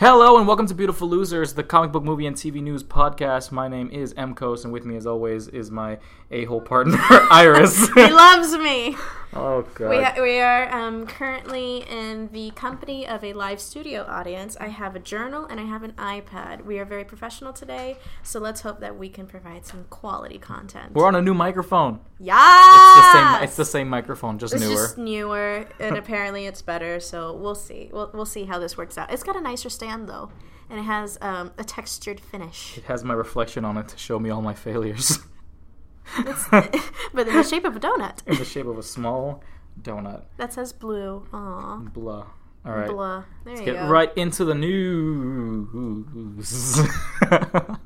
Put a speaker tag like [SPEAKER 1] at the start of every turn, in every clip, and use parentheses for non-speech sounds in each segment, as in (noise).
[SPEAKER 1] Hello and welcome to Beautiful Losers, the comic book movie and TV news podcast. My name is M. Coase, and with me, as always, is my a-hole partner, (laughs)
[SPEAKER 2] (laughs)
[SPEAKER 1] Iris. (laughs)
[SPEAKER 2] he loves me.
[SPEAKER 1] oh god.
[SPEAKER 2] We, ha- we are um, currently in the company of a live studio audience. I have a journal and I have an iPad. We are very professional today, so let's hope that we can provide some quality content.
[SPEAKER 1] We're on a new microphone. It's the
[SPEAKER 2] yeah,
[SPEAKER 1] same. It's the same microphone, just newer.
[SPEAKER 2] just newer,
[SPEAKER 1] (laughs)
[SPEAKER 2] and apparently it's better. So we'll see. We'll, we'll see how this works out. It's got a nicer stand though, and it has um, a textured finish.
[SPEAKER 1] (laughs) It has my reflection on it to show me all my failures
[SPEAKER 2] (laughs) but in the shape of a donut
[SPEAKER 1] (laughs) in the shape of a small donut.
[SPEAKER 2] that says blue. Aw,
[SPEAKER 1] Blah. All right.
[SPEAKER 2] blah. There you
[SPEAKER 1] Get
[SPEAKER 2] go.
[SPEAKER 1] right into the news. (laughs)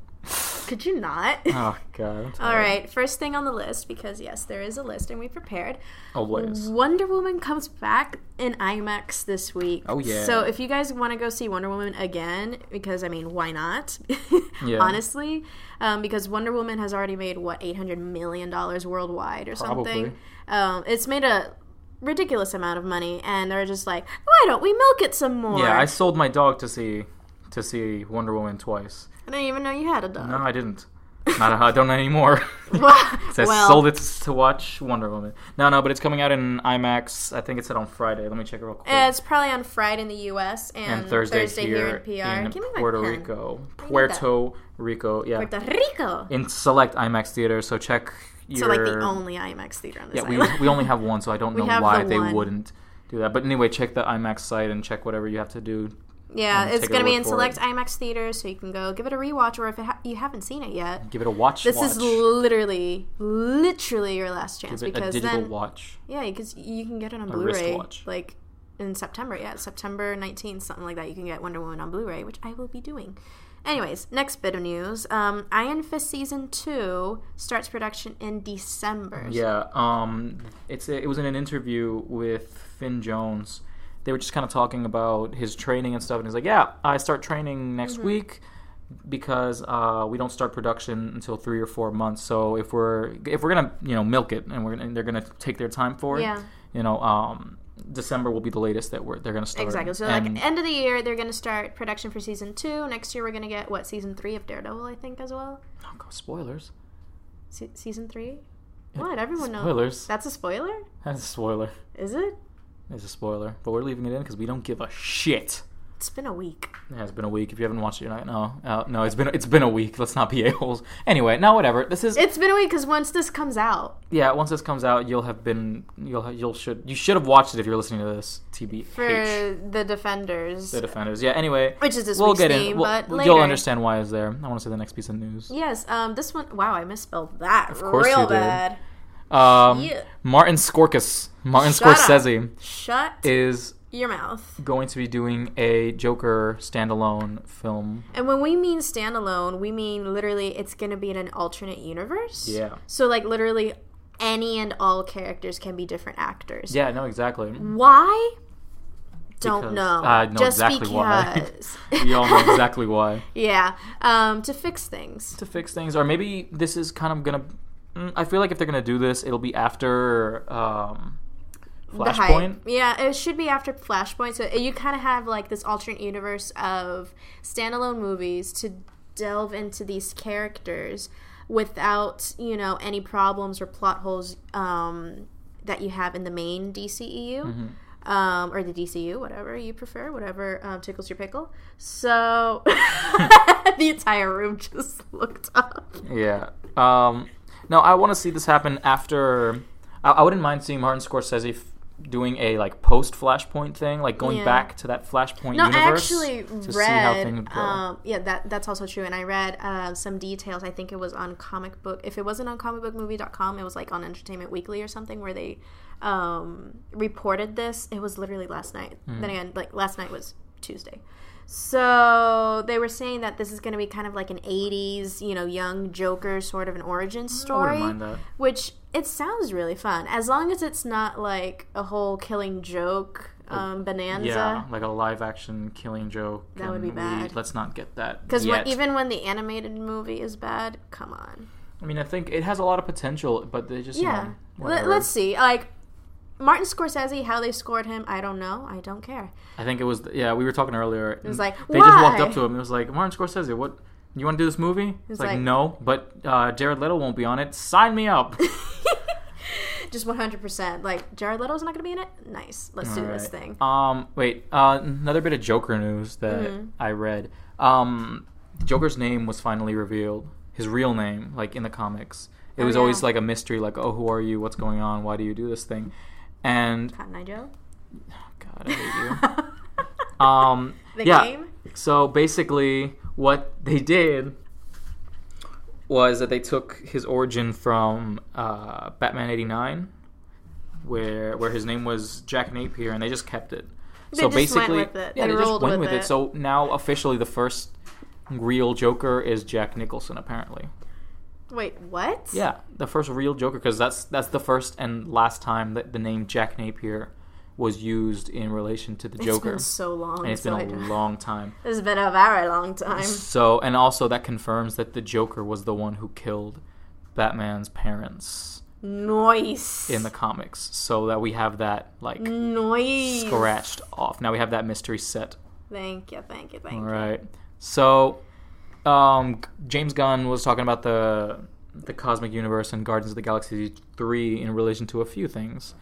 [SPEAKER 2] Could you not?
[SPEAKER 1] oh god. I'm
[SPEAKER 2] All
[SPEAKER 1] tired.
[SPEAKER 2] right, first thing on the list because yes, there is a list and we prepared.
[SPEAKER 1] Always.
[SPEAKER 2] Wonder Woman comes back in IMAX this week.
[SPEAKER 1] Oh, yeah.
[SPEAKER 2] So if you guys want to go see Wonder Woman again, because I mean, why not? (laughs)
[SPEAKER 1] Yeah.
[SPEAKER 2] Honestly, um, because Wonder Woman has already made what 800 million dollars worldwide or
[SPEAKER 1] Probably.
[SPEAKER 2] something. Um, it's made a ridiculous amount of money, and they're just like, why don't we milk it some more?
[SPEAKER 1] Yeah, I sold my dog to see to see Wonder Woman twice.
[SPEAKER 2] I didn't even know you had a dog.
[SPEAKER 1] No, I didn't. Not I don't anymore. (laughs) I
[SPEAKER 2] (laughs) well,
[SPEAKER 1] sold it to watch Wonder Woman. No, no, but it's coming out in IMAX. I think it's out on Friday. Let me check it real quick.
[SPEAKER 2] Uh, it's probably on Friday in the U.S. and,
[SPEAKER 1] and Thursday,
[SPEAKER 2] here, in PR.
[SPEAKER 1] in
[SPEAKER 2] Give me my
[SPEAKER 1] Puerto
[SPEAKER 2] pen.
[SPEAKER 1] Rico.
[SPEAKER 2] that.
[SPEAKER 1] Puerto Rico, yeah.
[SPEAKER 2] Puerto Rico.
[SPEAKER 1] in select IMAX theaters, so check your.
[SPEAKER 2] So like the only IMAX theater on this
[SPEAKER 1] Yeah, we,
[SPEAKER 2] island.
[SPEAKER 1] we
[SPEAKER 2] (laughs)
[SPEAKER 1] only have one, so I don't
[SPEAKER 2] We
[SPEAKER 1] know
[SPEAKER 2] have
[SPEAKER 1] why
[SPEAKER 2] the
[SPEAKER 1] they
[SPEAKER 2] one.
[SPEAKER 1] wouldn't do that. But anyway, check the IMAX site and check whatever you have to do.
[SPEAKER 2] yeah,
[SPEAKER 1] um,
[SPEAKER 2] it's
[SPEAKER 1] take a
[SPEAKER 2] gonna be
[SPEAKER 1] look
[SPEAKER 2] in
[SPEAKER 1] for
[SPEAKER 2] select
[SPEAKER 1] it.
[SPEAKER 2] IMAX theaters, so you can go give it a rewatch, or if it ha- you haven't seen it yet,
[SPEAKER 1] Give it a watch.
[SPEAKER 2] this
[SPEAKER 1] watch.
[SPEAKER 2] is literally, literally your last chance
[SPEAKER 1] Give it a
[SPEAKER 2] because
[SPEAKER 1] digital
[SPEAKER 2] then
[SPEAKER 1] watch.
[SPEAKER 2] yeah, because you can get it on
[SPEAKER 1] wrist
[SPEAKER 2] Blu-ray
[SPEAKER 1] watch.
[SPEAKER 2] like in September. Yeah, September nineteenth, something like that. You can get Wonder Woman on Blu-ray, which I will be doing. Anyways, next bit of news: um, Iron Fist season two starts production in December.
[SPEAKER 1] Yeah, um, it's it was in an interview with Finn Jones. They were just kind of talking about his training and stuff, and he's like, "Yeah, I start training next
[SPEAKER 2] Mm-hmm.
[SPEAKER 1] week because uh, we don't start production until three or four months. So if we're if we're gonna you know milk it and we're and they're gonna take their time for it,
[SPEAKER 2] Yeah.
[SPEAKER 1] you know, um, December will be the latest that we're they're gonna start.
[SPEAKER 2] Exactly. So,
[SPEAKER 1] And-
[SPEAKER 2] like, eh end of the year, they're going to start production for season two. Next year, we're going to get, what, season three of Daredevil, I think, as well?
[SPEAKER 1] oh, God, spoilers,
[SPEAKER 2] Se- season three? What? Everyone knows.
[SPEAKER 1] spoilers.
[SPEAKER 2] That's a spoiler?
[SPEAKER 1] That's a spoiler.
[SPEAKER 2] Is it?
[SPEAKER 1] It's a spoiler, but we're leaving it in because we don't give a shit.
[SPEAKER 2] It's been a week.
[SPEAKER 1] Yeah, it's been a week. If you haven't watched it, you're like, no, uh, no, it's been it's been a week. Let's not be (laughs) a holes. Anyway, no, whatever. This is
[SPEAKER 2] It's been a week because once this comes out,
[SPEAKER 1] yeah. Once this comes out, you'll have been you'll ha- you'll should you should have watched it if you're listening to this. TBH,
[SPEAKER 2] for The Defenders,
[SPEAKER 1] the defenders. Yeah. Anyway,
[SPEAKER 2] which is this
[SPEAKER 1] we'll
[SPEAKER 2] week's
[SPEAKER 1] get
[SPEAKER 2] theme,
[SPEAKER 1] in. We'll,
[SPEAKER 2] but later.
[SPEAKER 1] You'll understand why is there. I want to say the next piece of news.
[SPEAKER 2] Yes, um, this one. Wow, I misspelled that of
[SPEAKER 1] course
[SPEAKER 2] real
[SPEAKER 1] you did.
[SPEAKER 2] bad.
[SPEAKER 1] Um,
[SPEAKER 2] Yeah.
[SPEAKER 1] Martin Scorcus, Martin
[SPEAKER 2] Shut up.
[SPEAKER 1] Scorsese
[SPEAKER 2] Shut
[SPEAKER 1] is
[SPEAKER 2] your mouth.
[SPEAKER 1] going to be doing a Joker standalone film.
[SPEAKER 2] And when we mean standalone, we mean literally it's going to be in an alternate universe.
[SPEAKER 1] Yeah.
[SPEAKER 2] So, like, literally any and all characters can be different actors.
[SPEAKER 1] Yeah. No. Exactly.
[SPEAKER 2] Why? Don't
[SPEAKER 1] Because-
[SPEAKER 2] know.
[SPEAKER 1] I know
[SPEAKER 2] Just
[SPEAKER 1] exactly why.
[SPEAKER 2] because.
[SPEAKER 1] (laughs) We all know exactly why.
[SPEAKER 2] (laughs) yeah. Um, to fix things.
[SPEAKER 1] to fix things, or maybe this is kind of gonna. Mm, I feel like if they're gonna do this, it'll be after um,
[SPEAKER 2] The hype.
[SPEAKER 1] Flashpoint.
[SPEAKER 2] Yeah, it should be after Flashpoint. So you kind of have like this alternate universe of standalone movies to delve into these characters without, you know, any problems or plot holes um, that you have in the main DCEU. Um, or the DCU, whatever you prefer, whatever um, tickles your pickle. So (laughs) the entire room just looked up.
[SPEAKER 1] Yeah. Um, no, I want to see this happen after. I, I wouldn't mind seeing Martin Scorsese f- doing a like post Flashpoint thing, like going
[SPEAKER 2] Yeah.
[SPEAKER 1] back to that Flashpoint
[SPEAKER 2] No, I
[SPEAKER 1] universe
[SPEAKER 2] actually
[SPEAKER 1] to see how
[SPEAKER 2] read.
[SPEAKER 1] things go.
[SPEAKER 2] Um, yeah, that that's also true. And I read uh, some details. I think it was on comic book. If it wasn't on comicbookmovie.com, it was like on Entertainment Weekly or something where they um, reported this. It was literally last night.
[SPEAKER 1] Hmm.
[SPEAKER 2] Then again, like last night was Tuesday. So they were saying that this is going to be kind of like an '80s, you know, young Joker sort of an origin
[SPEAKER 1] I
[SPEAKER 2] story
[SPEAKER 1] wouldn't mind that.
[SPEAKER 2] which it sounds really fun as long as it's not like a whole killing joke um,
[SPEAKER 1] Yeah,
[SPEAKER 2] bonanza
[SPEAKER 1] like a live action killing joke.
[SPEAKER 2] That would
[SPEAKER 1] and
[SPEAKER 2] be
[SPEAKER 1] we-
[SPEAKER 2] bad.
[SPEAKER 1] let's not get that.
[SPEAKER 2] because
[SPEAKER 1] yet.
[SPEAKER 2] even when the animated movie is bad come on
[SPEAKER 1] I mean, I think it has a lot of potential, but they just you
[SPEAKER 2] yeah
[SPEAKER 1] know,
[SPEAKER 2] Let,
[SPEAKER 1] whatever.
[SPEAKER 2] let's see like Martin Scorsese, how they scored him, I don't know. I
[SPEAKER 1] (laughs)
[SPEAKER 2] don't care.
[SPEAKER 1] I think it was yeah. We were talking earlier. It
[SPEAKER 2] was like,
[SPEAKER 1] they just walked
[SPEAKER 2] "Why?"
[SPEAKER 1] up to him. It was like Martin Scorsese. What you want to do this movie? It's like,
[SPEAKER 2] like-
[SPEAKER 1] no, but uh, Jared Leto won't be on it. Sign me up.
[SPEAKER 2] Just 100%. Like, Jared Leto's not going to be in it? Nice. (laughs) Let's do this
[SPEAKER 1] Alright.
[SPEAKER 2] thing.
[SPEAKER 1] Um, wait. Uh, another bit of Joker news that
[SPEAKER 2] Mm-hmm.
[SPEAKER 1] I read. Um, Joker's name was finally revealed. His real name, like in the comics, it
[SPEAKER 2] Oh,
[SPEAKER 1] was always
[SPEAKER 2] yeah.
[SPEAKER 1] like a mystery. Like, oh, who are you? What's going on? Why do you do this thing? And
[SPEAKER 2] Cotton Eye Joe?
[SPEAKER 1] God, I
[SPEAKER 2] (laughs)
[SPEAKER 1] hate you. um,
[SPEAKER 2] The
[SPEAKER 1] yeah.
[SPEAKER 2] game?
[SPEAKER 1] So basically, what they did was that they took his origin from uh, Batman '89, where where his name was Jack Napier, and they just kept it.
[SPEAKER 2] They
[SPEAKER 1] so
[SPEAKER 2] just went
[SPEAKER 1] basically,
[SPEAKER 2] with it.
[SPEAKER 1] yeah,
[SPEAKER 2] They
[SPEAKER 1] they, just
[SPEAKER 2] rolled
[SPEAKER 1] went
[SPEAKER 2] with
[SPEAKER 1] with it.
[SPEAKER 2] it.
[SPEAKER 1] So now officially, the first real Joker is Jack Nicholson. Apparently,
[SPEAKER 2] Wait, what?
[SPEAKER 1] yeah, the first real Joker because that's that's the first and last time that the name Jack Napier was used in relation to the
[SPEAKER 2] It's
[SPEAKER 1] Joker,
[SPEAKER 2] been so long.
[SPEAKER 1] and it's been
[SPEAKER 2] so I
[SPEAKER 1] a
[SPEAKER 2] don't-
[SPEAKER 1] long time.
[SPEAKER 2] (laughs) It's been a very long time.
[SPEAKER 1] So, and also that confirms that the Joker was the one who killed Batman's parents
[SPEAKER 2] Noise.
[SPEAKER 1] in the comics. So that we have that like
[SPEAKER 2] Noise.
[SPEAKER 1] scratched off. Now we have that mystery set.
[SPEAKER 2] Thank you, thank you, thank
[SPEAKER 1] All
[SPEAKER 2] you.
[SPEAKER 1] right. So, um, James Gunn was talking about the the cosmic universe and Guardians of the Galaxy three in relation to a few things.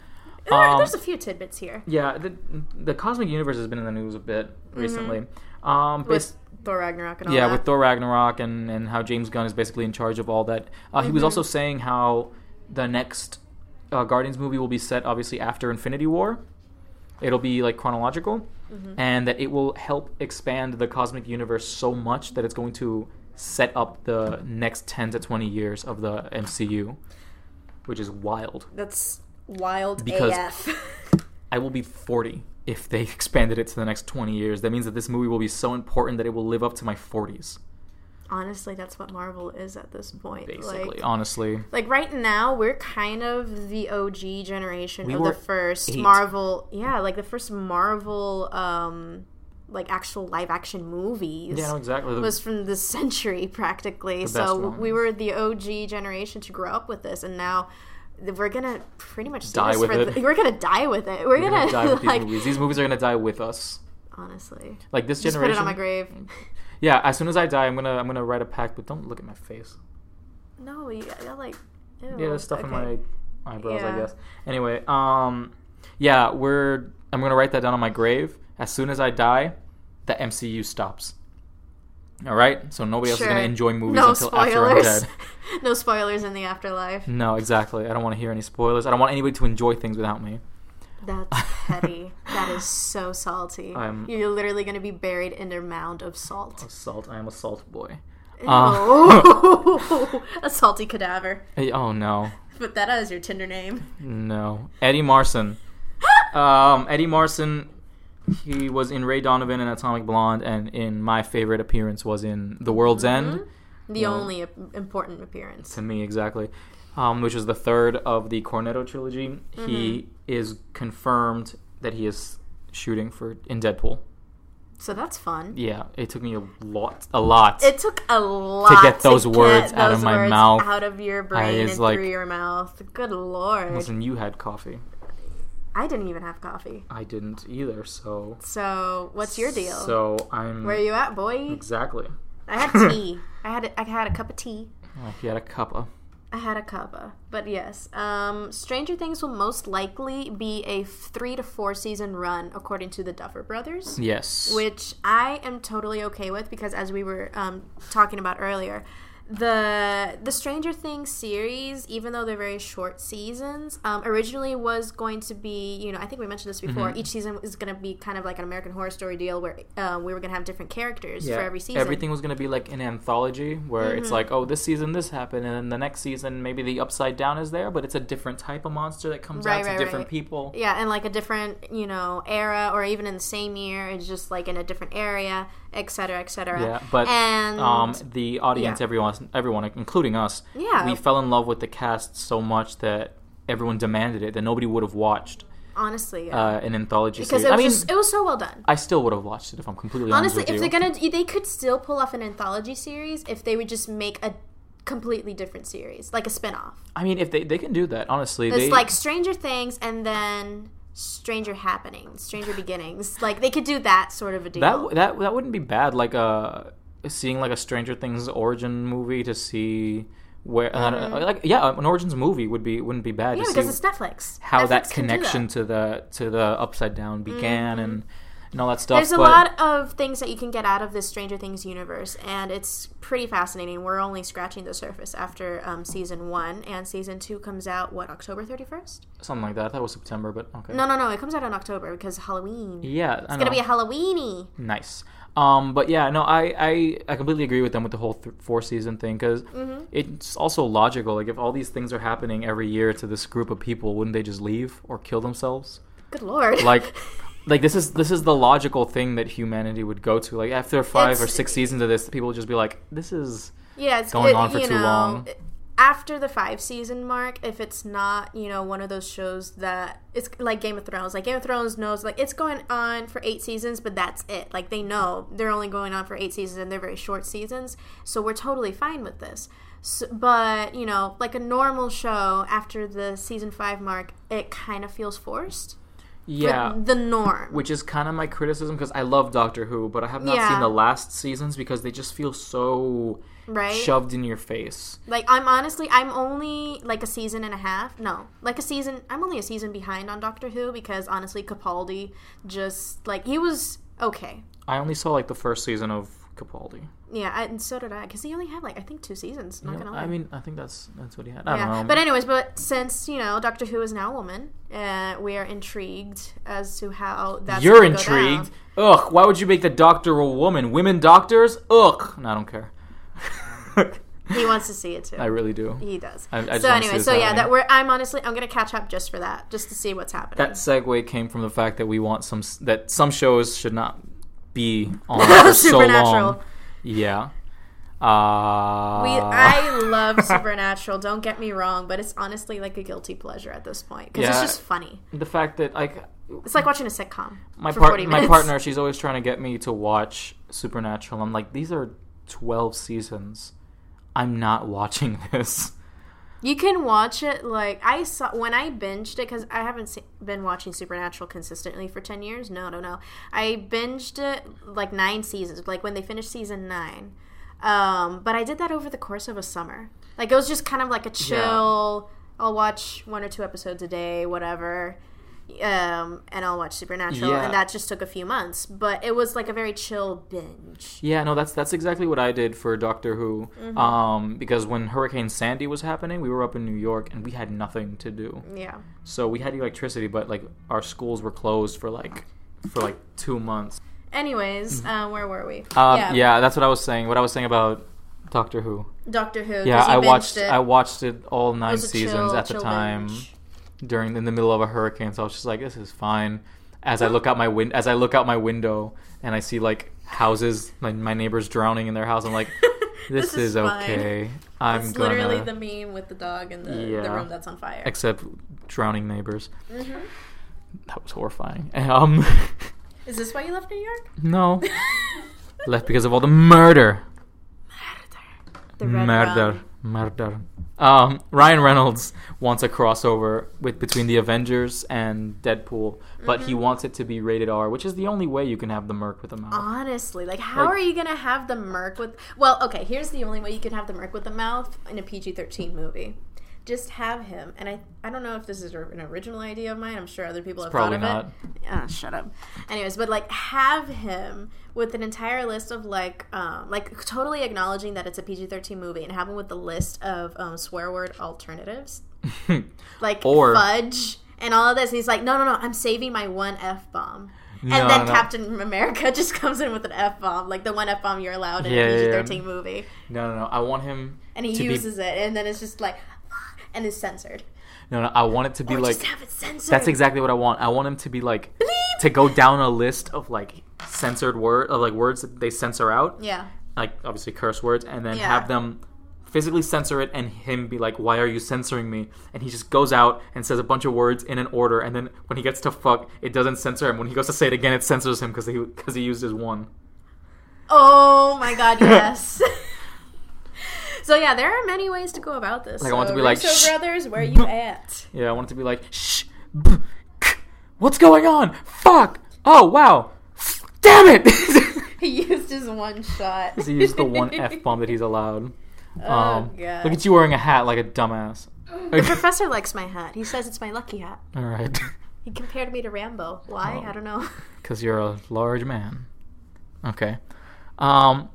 [SPEAKER 2] There are-
[SPEAKER 1] Um,
[SPEAKER 2] there's a few tidbits here.
[SPEAKER 1] Yeah, the the cosmic universe has been in the news a bit recently. Um, bas-
[SPEAKER 2] Mm-hmm. With Thor Ragnarok and all
[SPEAKER 1] yeah,
[SPEAKER 2] that.
[SPEAKER 1] with Thor Ragnarok and, and how James Gunn is basically in charge of all that. Uh, He
[SPEAKER 2] Mm-hmm.
[SPEAKER 1] was also saying how the next uh, Guardians movie will be set obviously after Infinity War. It'll be like chronological,
[SPEAKER 2] Mm-hmm.
[SPEAKER 1] and that it will help expand the cosmic universe so much that it's going to set up the next ten to twenty years of the MCU, which is wild.
[SPEAKER 2] That's wild
[SPEAKER 1] Because-
[SPEAKER 2] (laughs) AF.
[SPEAKER 1] I will be 40 if they (laughs) expanded it to the next 20 years. That means that this movie will be so important that it will live up to my 40s,
[SPEAKER 2] Honestly, that's what Marvel is at this point.
[SPEAKER 1] basically, um,
[SPEAKER 2] Like,
[SPEAKER 1] honestly.
[SPEAKER 2] like right now, we're kind of the OG generation
[SPEAKER 1] We
[SPEAKER 2] of
[SPEAKER 1] were
[SPEAKER 2] the first
[SPEAKER 1] eight.
[SPEAKER 2] Marvel. Yeah, like the first Marvel, um, like actual live action movies.
[SPEAKER 1] Yeah, no, exactly. The-
[SPEAKER 2] was from this century (laughs) practically.
[SPEAKER 1] best
[SPEAKER 2] So
[SPEAKER 1] ones.
[SPEAKER 2] we were the OG generation to grow up with this, and now th- we're gonna pretty much do
[SPEAKER 1] Die
[SPEAKER 2] this
[SPEAKER 1] with
[SPEAKER 2] for
[SPEAKER 1] it.
[SPEAKER 2] The, we're gonna die with it. We're,
[SPEAKER 1] We're gonna
[SPEAKER 2] gonna,
[SPEAKER 1] die
[SPEAKER 2] (laughs)
[SPEAKER 1] with
[SPEAKER 2] like
[SPEAKER 1] these movies. These movies are gonna die with us.
[SPEAKER 2] honestly
[SPEAKER 1] Like this
[SPEAKER 2] just put
[SPEAKER 1] generation.
[SPEAKER 2] it on my grave.
[SPEAKER 1] Yeah, as soon as I die, I'm gonna I'm gonna write a pact. But don't look at my face.
[SPEAKER 2] (laughs) No, you I got like ew,
[SPEAKER 1] Mm. Yeah, there's stuff
[SPEAKER 2] okay.
[SPEAKER 1] in my eyebrows, I
[SPEAKER 2] Yeah.
[SPEAKER 1] guess. Anyway, um, yeah, we're I'm gonna write that down on my grave. As soon as I die, the MCU stops. All right, so nobody else is gonna
[SPEAKER 2] Sure.
[SPEAKER 1] enjoy movies
[SPEAKER 2] no
[SPEAKER 1] until after I'm
[SPEAKER 2] spoilers.
[SPEAKER 1] dead.
[SPEAKER 2] (laughs)
[SPEAKER 1] Mm.
[SPEAKER 2] no spoilers in the afterlife.
[SPEAKER 1] No, exactly. I don't want to hear any spoilers. I don't want anybody to enjoy things without me.
[SPEAKER 2] That's
[SPEAKER 1] (laughs)
[SPEAKER 2] petty. that is so salty.
[SPEAKER 1] I'm-
[SPEAKER 2] You're literally gonna be buried in a mound of salt.
[SPEAKER 1] Assault. I am a salt boy. Uh.
[SPEAKER 2] Oh, (laughs) a salty cadaver.
[SPEAKER 1] (laughs) Hey, oh no.
[SPEAKER 2] Put that as your Tinder name.
[SPEAKER 1] No, Eddie
[SPEAKER 2] (gasps)
[SPEAKER 1] Marson. um, Eddie Marson. He was in Ray Donovan and Atomic Blonde, and in my favorite appearance was in The World's
[SPEAKER 2] Mm-hmm.
[SPEAKER 1] End.
[SPEAKER 2] The
[SPEAKER 1] Well-
[SPEAKER 2] only ap- important appearance.
[SPEAKER 1] To me, exactly, um, which was the third of the Cornetto trilogy. He
[SPEAKER 2] Mm-hmm.
[SPEAKER 1] is confirmed that he is shooting for in Deadpool.
[SPEAKER 2] So that's fun.
[SPEAKER 1] Yeah, it took me a lot, a lot.
[SPEAKER 2] It took a lot
[SPEAKER 1] get those words out of
[SPEAKER 2] those
[SPEAKER 1] my
[SPEAKER 2] words
[SPEAKER 1] mouth.
[SPEAKER 2] out of your brain
[SPEAKER 1] is
[SPEAKER 2] and
[SPEAKER 1] like-
[SPEAKER 2] through your mouth. Good lord,
[SPEAKER 1] Listen, you had coffee.
[SPEAKER 2] I didn't even have coffee.
[SPEAKER 1] I didn't either. So
[SPEAKER 2] So what's your deal?
[SPEAKER 1] So I'm
[SPEAKER 2] Where you at, boy?
[SPEAKER 1] exactly.
[SPEAKER 2] I had tea. I had a, I had a cup of tea.
[SPEAKER 1] Oh, he had a cuppa.
[SPEAKER 2] I had a cuppa. But yes, um, Stranger Things will most likely be a three to four season run, according to the Duffer Brothers.
[SPEAKER 1] Yes.
[SPEAKER 2] which I am totally okay with because as we were um, talking about earlier, the the Stranger Things series, even though they're very short seasons, um, originally was going to be you know I think we mentioned this before.
[SPEAKER 1] Mm-hmm.
[SPEAKER 2] Each season is going to be kind of like an American Horror Story deal where uh, we were going to have different characters for every season. Mm-hmm.
[SPEAKER 1] Everything was going to be like an anthology where it's like, oh, this season this happened, and then the next season maybe the Upside Down is there, but it's a different type of monster that comes
[SPEAKER 2] Right,
[SPEAKER 1] out to
[SPEAKER 2] right,
[SPEAKER 1] different
[SPEAKER 2] right.
[SPEAKER 1] people.
[SPEAKER 2] Yeah, and like a different, you know, era or even in the same year, it's just like in a different area, et cetera, et cetera.
[SPEAKER 1] Yeah, but
[SPEAKER 2] and
[SPEAKER 1] um, the audience,
[SPEAKER 2] yeah.
[SPEAKER 1] everyone, everyone, including us,
[SPEAKER 2] Yeah.
[SPEAKER 1] we fell in love with the cast so much that everyone demanded it that nobody would have watched
[SPEAKER 2] honestly,
[SPEAKER 1] uh, an anthology
[SPEAKER 2] because
[SPEAKER 1] series.
[SPEAKER 2] it was
[SPEAKER 1] I mean,
[SPEAKER 2] just, it was so well done.
[SPEAKER 1] I still would have watched it if I'm completely
[SPEAKER 2] Honestly,
[SPEAKER 1] honest with
[SPEAKER 2] if
[SPEAKER 1] you.
[SPEAKER 2] they're gonna, they could still pull off an anthology series if they would just make a completely different series, like a spinoff.
[SPEAKER 1] I mean, if they they can do that, honestly,
[SPEAKER 2] It's
[SPEAKER 1] they
[SPEAKER 2] like Stranger Things and then Stranger Happenings, Stranger Beginnings. Like they could do that sort of a deal.
[SPEAKER 1] that w- that that wouldn't be bad. Like uh, seeing like a Stranger Things origin movie to see where I don't know, like yeah, an origins movie would be wouldn't be bad
[SPEAKER 2] Mm-hmm. yeah,
[SPEAKER 1] to see
[SPEAKER 2] because it's Netflix.
[SPEAKER 1] how that
[SPEAKER 2] Netflix can do Mm-hmm.
[SPEAKER 1] connection to the to the upside down began and and all that stuff.
[SPEAKER 2] There's a
[SPEAKER 1] but
[SPEAKER 2] lot of things that you can get out of this Stranger Things universe, and it's pretty fascinating. We're only scratching the surface after um, season one, and season two comes out what October 31st?
[SPEAKER 1] something like that. That was September, but okay.
[SPEAKER 2] No, no, no, it comes out in October because Halloween.
[SPEAKER 1] Yeah, it's I
[SPEAKER 2] It's
[SPEAKER 1] know.
[SPEAKER 2] gonna be a Halloweeny.
[SPEAKER 1] Nice. Um, but yeah, no, I, I, I completely agree with them with the whole th- four season thing because
[SPEAKER 2] Mm-hmm.
[SPEAKER 1] it's also logical. Like, if all these things are happening every year to this group of people, wouldn't they just leave or kill themselves?
[SPEAKER 2] Good lord.
[SPEAKER 1] Like, like this is this is the logical thing that humanity would go to. Like after five or
[SPEAKER 2] It's-
[SPEAKER 1] six seasons of this, people would just be like, "This is
[SPEAKER 2] (laughs) yeah, it's
[SPEAKER 1] going
[SPEAKER 2] it-
[SPEAKER 1] on for
[SPEAKER 2] you
[SPEAKER 1] too
[SPEAKER 2] know,
[SPEAKER 1] long.
[SPEAKER 2] After the five season mark, if it's not you know one of those shows that it's like Game of Thrones, like Game of Thrones knows like it's going on for eight seasons, but that's it. Like they know they're only going on for eight seasons and they're very short seasons, so we're totally fine with this. So, but you know, like a normal show after the season five mark, it kind of feels forced. for
[SPEAKER 1] yeah."
[SPEAKER 2] the norm.
[SPEAKER 1] which is kind of my criticism because I love Doctor Who, but I have not
[SPEAKER 2] Yeah.
[SPEAKER 1] seen the last seasons because they just feel so
[SPEAKER 2] right?
[SPEAKER 1] shoved in your face.
[SPEAKER 2] Like I'm honestly, I'm only like a season and a half. No, like a season. I'm only a season behind on Doctor Who because honestly, Capaldi just like he was okay.
[SPEAKER 1] I only saw like the first season of Capaldi.
[SPEAKER 2] Yeah, I, and so did I because he only had like I think two seasons. Not
[SPEAKER 1] Yeah,
[SPEAKER 2] gonna lie.
[SPEAKER 1] I mean, I think that's that's what he had. I
[SPEAKER 2] yeah.
[SPEAKER 1] don't know.
[SPEAKER 2] But anyways, but since you know Doctor Who is now a woman, uh, we are intrigued as to how that's
[SPEAKER 1] You're
[SPEAKER 2] gonna go down.
[SPEAKER 1] intrigued. Ugh, why would you make the doctor a woman? Women doctors? Ugh. No, I don't care. (laughs)
[SPEAKER 2] He wants to see it too.
[SPEAKER 1] I really do.
[SPEAKER 2] he does.
[SPEAKER 1] I- I just
[SPEAKER 2] so
[SPEAKER 1] wanna see
[SPEAKER 2] anyway,
[SPEAKER 1] this
[SPEAKER 2] so yeah,
[SPEAKER 1] happening.
[SPEAKER 2] that we're. I'm honestly, I'm gonna catch up just for that, just to see what's happening.
[SPEAKER 1] That segue came from the fact that we want some s- that some shows should not
[SPEAKER 2] (laughs)
[SPEAKER 1] be on for so long.
[SPEAKER 2] Supernatural.
[SPEAKER 1] Yeah. Uh,
[SPEAKER 2] We,
[SPEAKER 1] (laughs)
[SPEAKER 2] I love Supernatural. Don't get me wrong, but it's honestly like a guilty pleasure at this point because it's
[SPEAKER 1] Yeah.
[SPEAKER 2] just funny.
[SPEAKER 1] the fact that like
[SPEAKER 2] It's like watching a sitcom.
[SPEAKER 1] my
[SPEAKER 2] for
[SPEAKER 1] part
[SPEAKER 2] 40
[SPEAKER 1] my
[SPEAKER 2] minutes.
[SPEAKER 1] partner she's always trying to get me to watch Supernatural. I'm like these are 12 seasons. I'm not watching (laughs) this.
[SPEAKER 2] You can watch it like I saw when I binged it because I haven't se- been watching Supernatural consistently for ten years. No, no, no. I binged it like nine seasons, like when they finished season nine. Um, but I did that over the course of a summer. Like it was just kind of like a chill. I'll watch one or two episodes a day, whatever. Um, and I'll watch Supernatural,
[SPEAKER 1] Yeah.
[SPEAKER 2] and that just took a few months. But it was like a very chill binge.
[SPEAKER 1] Yeah, no, that's that's exactly what I did for Doctor Who.
[SPEAKER 2] Mm-hmm.
[SPEAKER 1] Um, because when Hurricane Sandy was happening, we were up in New York and we had nothing to do.
[SPEAKER 2] Yeah.
[SPEAKER 1] So we had electricity, but like our schools were closed for like for like two months.
[SPEAKER 2] Anyways, uh, where were we?
[SPEAKER 1] Mm-hmm. Um, yeah. that's what I was saying. What I was saying about Doctor Who.
[SPEAKER 2] Doctor Who. 'cause
[SPEAKER 1] Yeah,
[SPEAKER 2] he
[SPEAKER 1] I
[SPEAKER 2] binged
[SPEAKER 1] watched
[SPEAKER 2] it.
[SPEAKER 1] I watched it all
[SPEAKER 2] It
[SPEAKER 1] nine
[SPEAKER 2] was a
[SPEAKER 1] seasons
[SPEAKER 2] chill-
[SPEAKER 1] at the
[SPEAKER 2] chill
[SPEAKER 1] time
[SPEAKER 2] binge.
[SPEAKER 1] during in the middle of a hurricane. So I was just like, this is fine. As I look out my win- as I look out my window and I see like houses, my, my neighbors drowning in their house,
[SPEAKER 2] (laughs)
[SPEAKER 1] I'm like. this, is,
[SPEAKER 2] fine.
[SPEAKER 1] okay. I'm
[SPEAKER 2] It's
[SPEAKER 1] gonna
[SPEAKER 2] literally the meme with the dog and the, the
[SPEAKER 1] Yeah.
[SPEAKER 2] room that's on fire. Mm-hmm.
[SPEAKER 1] except drowning neighbors. That was horrifying. (laughs) Um,
[SPEAKER 2] Is this why you left New York?
[SPEAKER 1] no,
[SPEAKER 2] (laughs)
[SPEAKER 1] left because of all the murder,
[SPEAKER 2] The red
[SPEAKER 1] murder,
[SPEAKER 2] rum.
[SPEAKER 1] murder. Um, Ryan Reynolds wants a crossover with between the Avengers and Deadpool, but he
[SPEAKER 2] Mm-hmm.
[SPEAKER 1] wants it to be rated R, which is the only way you can have the Merc with the mouth. (laughs)
[SPEAKER 2] Honestly, like how
[SPEAKER 1] Like-
[SPEAKER 2] are you gonna have the Merc with? Well, okay, here's the only way you can have the Merc with the mouth in a PG-13 movie. Just have him, and I I don't know if this is an original idea of mine. I'm sure other people have
[SPEAKER 1] Probably
[SPEAKER 2] thought of
[SPEAKER 1] not.
[SPEAKER 2] it. Ah, shut up. Anyways, but like have him with an entire list of like um like totally acknowledging that it's a PG-13 movie, and have him with the list of um, swear word alternatives like
[SPEAKER 1] Or-
[SPEAKER 2] fudge and all of this. And he's like, no, no, no, I'm saving my one f bomb.
[SPEAKER 1] No,
[SPEAKER 2] and then
[SPEAKER 1] no.
[SPEAKER 2] Captain America (laughs) just comes in with an f bomb, like the one f bomb you're allowed in
[SPEAKER 1] Yeah, yeah,
[SPEAKER 2] a
[SPEAKER 1] yeah.
[SPEAKER 2] PG-13 movie,
[SPEAKER 1] no, no, no. I want him.
[SPEAKER 2] and he
[SPEAKER 1] to be-
[SPEAKER 2] uses it, and then it's just like, and it's censored.
[SPEAKER 1] no, no. I want it to be
[SPEAKER 2] Or
[SPEAKER 1] like.
[SPEAKER 2] just have Oh, it censored.
[SPEAKER 1] That's exactly what I want. I want him to be like
[SPEAKER 2] Bleep.
[SPEAKER 1] to go down a list of like censored word of like words that they censor out.
[SPEAKER 2] Yeah,
[SPEAKER 1] like obviously curse words and then
[SPEAKER 2] Yeah.
[SPEAKER 1] have them physically censor it and him be like why are you censoring me and he just goes out and says a bunch of words in an order and then when he gets to fuck it doesn't censor him when he goes to say it again it censors him because he (laughs) because he used his one
[SPEAKER 2] Oh my god, yes. (laughs) So yeah, there are many ways to go about this.
[SPEAKER 1] Like, I want
[SPEAKER 2] So,
[SPEAKER 1] to be like,
[SPEAKER 2] Russo
[SPEAKER 1] "Shh,
[SPEAKER 2] brothers,
[SPEAKER 1] (laughs)
[SPEAKER 2] where you at? (laughs)
[SPEAKER 1] Yeah, I want it to be like, shh, b- k- what's going on? Fuck! Oh wow! Damn it! (laughs)
[SPEAKER 2] He used his one shot.
[SPEAKER 1] he used the
[SPEAKER 2] (laughs)
[SPEAKER 1] one f bomb that he's allowed.
[SPEAKER 2] Oh,
[SPEAKER 1] Um,
[SPEAKER 2] God.
[SPEAKER 1] Look at you wearing a hat like a dumbass.
[SPEAKER 2] The professor likes my hat. He says it's my lucky hat.
[SPEAKER 1] (laughs) All right,
[SPEAKER 2] He compared me to Rambo. Why?
[SPEAKER 1] Oh.
[SPEAKER 2] I don't know. (laughs)
[SPEAKER 1] because you're a large man. Okay. Um,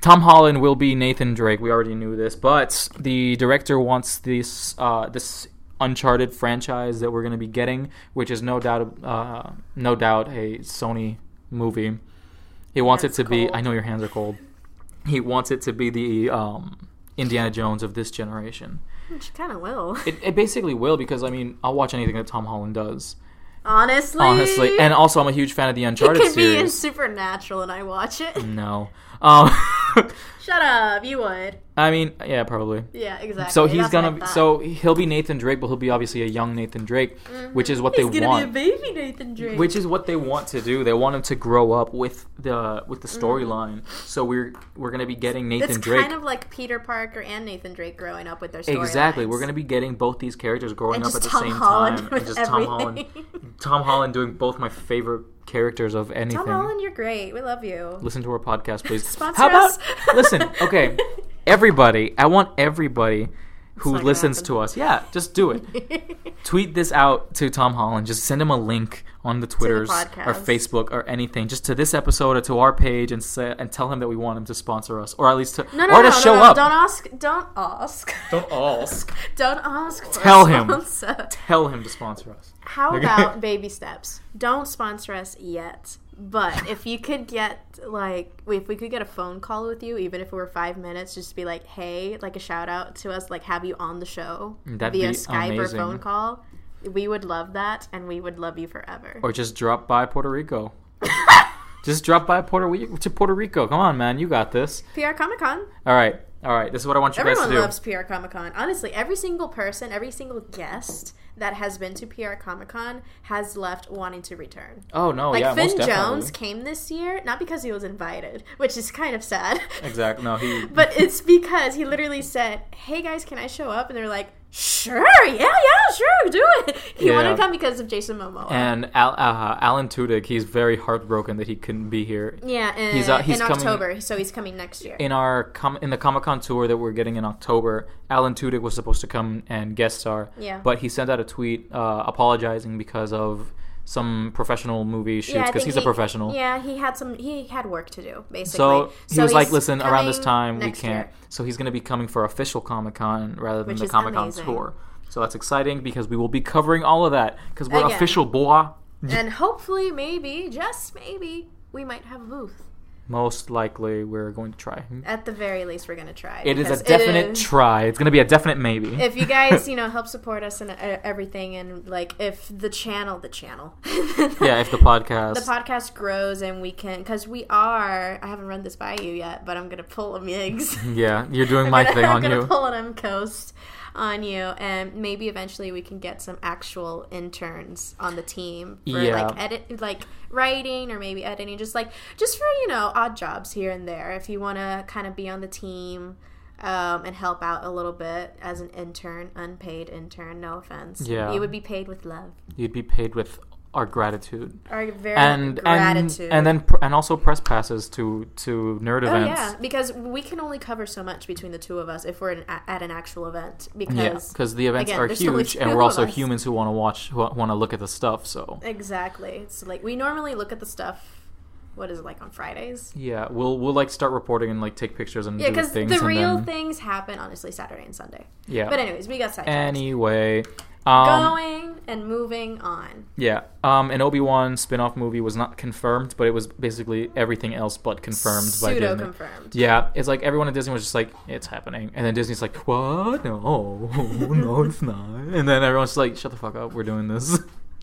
[SPEAKER 1] Tom Holland will be Nathan Drake. We already knew this, but the director wants this uh, this Uncharted franchise that we're going to be getting, which is no doubt uh, no doubt a Sony movie. He wants it
[SPEAKER 2] Hands
[SPEAKER 1] to be.
[SPEAKER 2] cold.
[SPEAKER 1] I know your hands are cold. He wants it to be the um, Indiana Jones of this generation.
[SPEAKER 2] Which kind of will.
[SPEAKER 1] It, it basically will because I mean I'll watch anything that Tom Holland does.
[SPEAKER 2] (laughs) honestly.
[SPEAKER 1] Honestly, and also I'm a huge fan of the
[SPEAKER 2] he
[SPEAKER 1] Uncharted
[SPEAKER 2] could be in
[SPEAKER 1] series. Mm.
[SPEAKER 2] Supernatural and I watch it.
[SPEAKER 1] No, um,
[SPEAKER 2] (laughs)
[SPEAKER 1] (laughs)
[SPEAKER 2] Shut up. You would.
[SPEAKER 1] I mean yeah probably.
[SPEAKER 2] Yeah, exactly.
[SPEAKER 1] So he's
[SPEAKER 2] That's what I
[SPEAKER 1] gonna
[SPEAKER 2] thought.
[SPEAKER 1] so he'll be Nathan Drake, but he'll be obviously a young Nathan Drake, which is what
[SPEAKER 2] Mm-hmm. he's
[SPEAKER 1] they
[SPEAKER 2] gonna
[SPEAKER 1] want.
[SPEAKER 2] be a baby Nathan Drake.
[SPEAKER 1] which is what they want to do. They want him to grow up with the with the storyline. So we're we're gonna be getting Nathan
[SPEAKER 2] Mm-hmm. it's
[SPEAKER 1] Drake.
[SPEAKER 2] kind of like Peter Parker and Nathan Drake growing up with their storylines.
[SPEAKER 1] exactly. We're gonna be getting both these characters growing
[SPEAKER 2] and
[SPEAKER 1] up
[SPEAKER 2] just
[SPEAKER 1] at the
[SPEAKER 2] Tom
[SPEAKER 1] same
[SPEAKER 2] Holland
[SPEAKER 1] time.
[SPEAKER 2] with
[SPEAKER 1] and just
[SPEAKER 2] everything.
[SPEAKER 1] Tom Holland.
[SPEAKER 2] (laughs)
[SPEAKER 1] Tom Holland doing both my favorite characters of anything.
[SPEAKER 2] Tom Holland, you're great. We love you.
[SPEAKER 1] Listen to our podcast, please.
[SPEAKER 2] Sponsor
[SPEAKER 1] How about
[SPEAKER 2] us.
[SPEAKER 1] (laughs) listen?
[SPEAKER 2] (laughs)
[SPEAKER 1] Okay, everybody. I want everybody who
[SPEAKER 2] not gonna
[SPEAKER 1] listens
[SPEAKER 2] happen.
[SPEAKER 1] to us. Yeah, just do it.
[SPEAKER 2] (laughs)
[SPEAKER 1] tweet this out to Tom Holland. Just send him a link on the Twitters or
[SPEAKER 2] podcast.
[SPEAKER 1] Facebook or anything, just to this episode or to our page, and say, and tell him that we want him to sponsor us, or at least to
[SPEAKER 2] (laughs) No, no,
[SPEAKER 1] or
[SPEAKER 2] no,
[SPEAKER 1] to
[SPEAKER 2] no,
[SPEAKER 1] show
[SPEAKER 2] no.
[SPEAKER 1] up.
[SPEAKER 2] Don't ask. Don't ask.
[SPEAKER 1] Don't ask.
[SPEAKER 2] (laughs) Don't ask. For
[SPEAKER 1] Tell
[SPEAKER 2] a
[SPEAKER 1] him.
[SPEAKER 2] sponsor.
[SPEAKER 1] Tell him to sponsor us.
[SPEAKER 2] How
[SPEAKER 1] Okay.
[SPEAKER 2] about baby steps? Don't sponsor us yet, but if you could get like, if we could get a phone call with you, even if it were five minutes, just be like, hey, like a shout out to us, like have you on the show
[SPEAKER 1] That'd
[SPEAKER 2] via
[SPEAKER 1] be
[SPEAKER 2] Skype or
[SPEAKER 1] amazing.
[SPEAKER 2] phone call. We would love that, and we would love you forever.
[SPEAKER 1] Or just drop by Puerto
[SPEAKER 2] (laughs)
[SPEAKER 1] Rico. just drop by Puerto Rico to Puerto Rico. Come on, man, you got this.
[SPEAKER 2] PR Comic Con.
[SPEAKER 1] All right, all right. This is what I want you
[SPEAKER 2] Everyone
[SPEAKER 1] guys to do.
[SPEAKER 2] loves PR Comic Con. Honestly, every single person, every single guest that has been to PR Comic Con has left wanting to return.
[SPEAKER 1] oh no,
[SPEAKER 2] Like
[SPEAKER 1] yeah,
[SPEAKER 2] Finn
[SPEAKER 1] most definitely.
[SPEAKER 2] Jones came this year, not because he was invited, which is kind of sad.
[SPEAKER 1] Exactly. No, he.
[SPEAKER 2] (laughs) but it's because he literally said, "Hey guys, can I show up?" And they're like, "Sure, yeah, yeah, sure, do it." He
[SPEAKER 1] Yeah.
[SPEAKER 2] wanted to come because of Jason Momoa.
[SPEAKER 1] and Al, uh, Alan Tudyk, he's very heartbroken that he couldn't be here
[SPEAKER 2] yeah, and
[SPEAKER 1] He's, uh, he's
[SPEAKER 2] in
[SPEAKER 1] coming-
[SPEAKER 2] October, so he's coming next year.
[SPEAKER 1] in our com- in the Comic Con tour that we're getting in October, Alan Tudyk was supposed to come and guest star.
[SPEAKER 2] Yeah.
[SPEAKER 1] But he sent out a tweet uh, apologizing because of some professional movie shoots
[SPEAKER 2] I
[SPEAKER 1] because
[SPEAKER 2] think
[SPEAKER 1] he's a
[SPEAKER 2] he-
[SPEAKER 1] professional.
[SPEAKER 2] Yeah, he had some. He had work to do, basically.
[SPEAKER 1] So he was like,
[SPEAKER 2] he's
[SPEAKER 1] "Listen, around this
[SPEAKER 2] coming
[SPEAKER 1] time we
[SPEAKER 2] next
[SPEAKER 1] can't."
[SPEAKER 2] year.
[SPEAKER 1] So he's going to be coming for official Comic Con rather than
[SPEAKER 2] Which
[SPEAKER 1] the
[SPEAKER 2] is
[SPEAKER 1] Comic Con
[SPEAKER 2] amazing.
[SPEAKER 1] tour. So that's exciting because we will be covering all of that because we're
[SPEAKER 2] Again.
[SPEAKER 1] official, boy.
[SPEAKER 2] And hopefully, maybe, just maybe, we might have a booth.
[SPEAKER 1] Most likely, we're going to try.
[SPEAKER 2] At the very least, we're gonna try.
[SPEAKER 1] It is
[SPEAKER 2] because
[SPEAKER 1] a definite
[SPEAKER 2] is-
[SPEAKER 1] try. It's going to be a definite maybe.
[SPEAKER 2] if you guys you know help support us and uh, everything and like if the channel the channel
[SPEAKER 1] (laughs)
[SPEAKER 2] (laughs)
[SPEAKER 1] yeah, if the podcast.
[SPEAKER 2] the podcast grows and we can because we are i haven't run this by you yet but i'm gonna pull a migs
[SPEAKER 1] yeah, you're doing
[SPEAKER 2] (laughs)
[SPEAKER 1] my thing
[SPEAKER 2] i'm
[SPEAKER 1] on
[SPEAKER 2] gonna
[SPEAKER 1] you.
[SPEAKER 2] pull an mcoast on you and maybe eventually we can get some actual interns on the team for
[SPEAKER 1] Yeah.
[SPEAKER 2] like edit like writing or maybe editing just like just for you know odd jobs here and there if you want to kind of be on the team um, and help out a little bit as an intern unpaid intern no offense
[SPEAKER 1] Yeah.
[SPEAKER 2] you would be paid with love
[SPEAKER 1] You'd be paid with our gratitude.
[SPEAKER 2] our very
[SPEAKER 1] And
[SPEAKER 2] gratitude
[SPEAKER 1] and and then pr- and also press passes to to nerd
[SPEAKER 2] Oh
[SPEAKER 1] events.
[SPEAKER 2] yeah, because we can only cover so much between the two of us if we're in, at at an actual event. Because
[SPEAKER 1] because the events
[SPEAKER 2] again,
[SPEAKER 1] are
[SPEAKER 2] there's only
[SPEAKER 1] huge,
[SPEAKER 2] two
[SPEAKER 1] and
[SPEAKER 2] (laughs)
[SPEAKER 1] we're
[SPEAKER 2] of
[SPEAKER 1] also
[SPEAKER 2] us.
[SPEAKER 1] humans who want to watch, who want to look at the stuff. So
[SPEAKER 2] Exactly. It's like we normally look at the stuff. What is it like on Fridays?
[SPEAKER 1] yeah, we'll we'll like start reporting and like take pictures and
[SPEAKER 2] Yeah,
[SPEAKER 1] do
[SPEAKER 2] because
[SPEAKER 1] things.
[SPEAKER 2] the
[SPEAKER 1] and
[SPEAKER 2] real
[SPEAKER 1] then,
[SPEAKER 2] things happen honestly Saturday and Sunday.
[SPEAKER 1] Yeah.
[SPEAKER 2] But anyways, we got sidetracked.
[SPEAKER 1] anyway, um,
[SPEAKER 2] Going and moving on.
[SPEAKER 1] yeah, um, an Obi Wan spin off movie was not confirmed, but it was basically everything else but confirmed by
[SPEAKER 2] Pseudo
[SPEAKER 1] Disney.
[SPEAKER 2] confirmed.
[SPEAKER 1] Yeah, it's like everyone at Disney was just like, it's happening. And then Disney's like, what? No, (laughs) no, it's not. And then everyone's like, shut the fuck up, we're doing
[SPEAKER 2] (laughs)
[SPEAKER 1] this.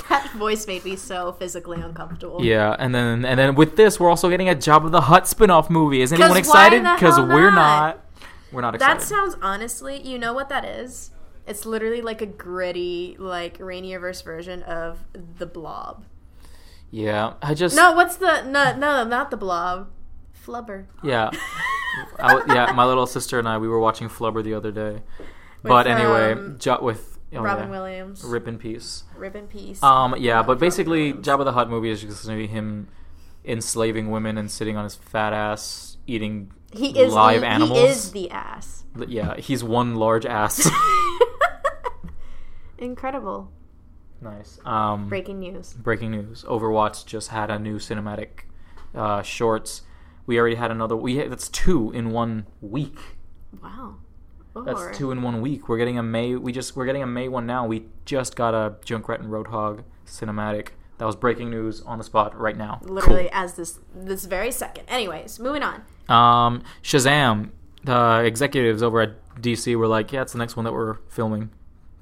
[SPEAKER 2] That voice made me so physically uncomfortable.
[SPEAKER 1] Yeah, and then and then with this, we're also getting a Job of the Hut spin-off movie. Is anyone
[SPEAKER 2] why
[SPEAKER 1] excited?
[SPEAKER 2] the
[SPEAKER 1] Because
[SPEAKER 2] hell
[SPEAKER 1] we're
[SPEAKER 2] not?
[SPEAKER 1] not. We're not excited.
[SPEAKER 2] That sounds honestly, you know what that is? It's literally like a gritty, like Rainierverse version of the blob.
[SPEAKER 1] yeah, I just
[SPEAKER 2] No, what's the no no not the blob. Flubber.
[SPEAKER 1] yeah. I w- yeah, my
[SPEAKER 2] (laughs)
[SPEAKER 1] little sister and I we were watching Flubber the other day. but anyway,
[SPEAKER 2] um,
[SPEAKER 1] jo- with oh,
[SPEAKER 2] Robin
[SPEAKER 1] yeah.
[SPEAKER 2] Williams, rip,
[SPEAKER 1] Rip in peace.
[SPEAKER 2] in peace.
[SPEAKER 1] Um, yeah,
[SPEAKER 2] Love
[SPEAKER 1] but
[SPEAKER 2] Robin
[SPEAKER 1] basically,
[SPEAKER 2] Williams.
[SPEAKER 1] Jabba the Hutt movie is just going to be him enslaving women and sitting on his fat ass eating
[SPEAKER 2] he is
[SPEAKER 1] live
[SPEAKER 2] the,
[SPEAKER 1] animals.
[SPEAKER 2] He is the ass. (laughs)
[SPEAKER 1] Yeah, he's one large ass.
[SPEAKER 2] Incredible.
[SPEAKER 1] nice. Um,
[SPEAKER 2] Breaking news.
[SPEAKER 1] breaking news: Overwatch just had a new cinematic uh, shorts. We already had another. We had, that's two in one week.
[SPEAKER 2] Wow.
[SPEAKER 1] That's
[SPEAKER 2] Lord.
[SPEAKER 1] two in one week. We're getting a May. We just we're getting a May one now. We just got a Junkrat and Roadhog cinematic. That was breaking news on the spot right now.
[SPEAKER 2] Literally as this this very second. Anyways, moving on.
[SPEAKER 1] Cool. Um, Shazam. The executives over at DC were like, "Yeah, it's the next one that we're filming."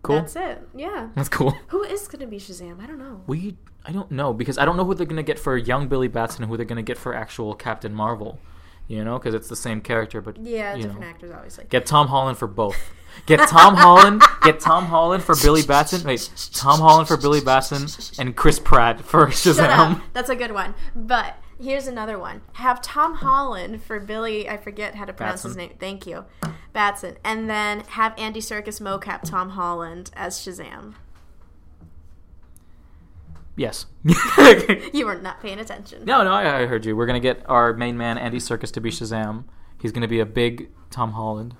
[SPEAKER 1] Cool.
[SPEAKER 2] That's it. Yeah.
[SPEAKER 1] That's cool. (laughs)
[SPEAKER 2] Who is gonna be Shazam? I don't know.
[SPEAKER 1] We I don't know because I don't know who they're gonna get for young Billy Batson and who they're gonna get for actual Captain Marvel. You know, because it's the same character, but
[SPEAKER 2] Yeah,
[SPEAKER 1] you
[SPEAKER 2] different
[SPEAKER 1] know.
[SPEAKER 2] actors obviously.
[SPEAKER 1] Get Tom Holland for both. Get Tom Holland. Get Tom Holland for Billy Batson. Wait, Tom Holland for Billy Batson and Chris Pratt for Shazam.
[SPEAKER 2] Shut up. That's a good one. But here's another one. Have Tom Holland for Billy. I forget how to pronounce his
[SPEAKER 1] Batson.
[SPEAKER 2] name. Thank you, Batson. And then have Andy Circus mocap Tom Holland as Shazam.
[SPEAKER 1] Yes. (laughs)
[SPEAKER 2] You were not paying attention.
[SPEAKER 1] no, no, I, I heard you. We're gonna get our main man Andy Circus to be Shazam. He's gonna be a big Tom Holland.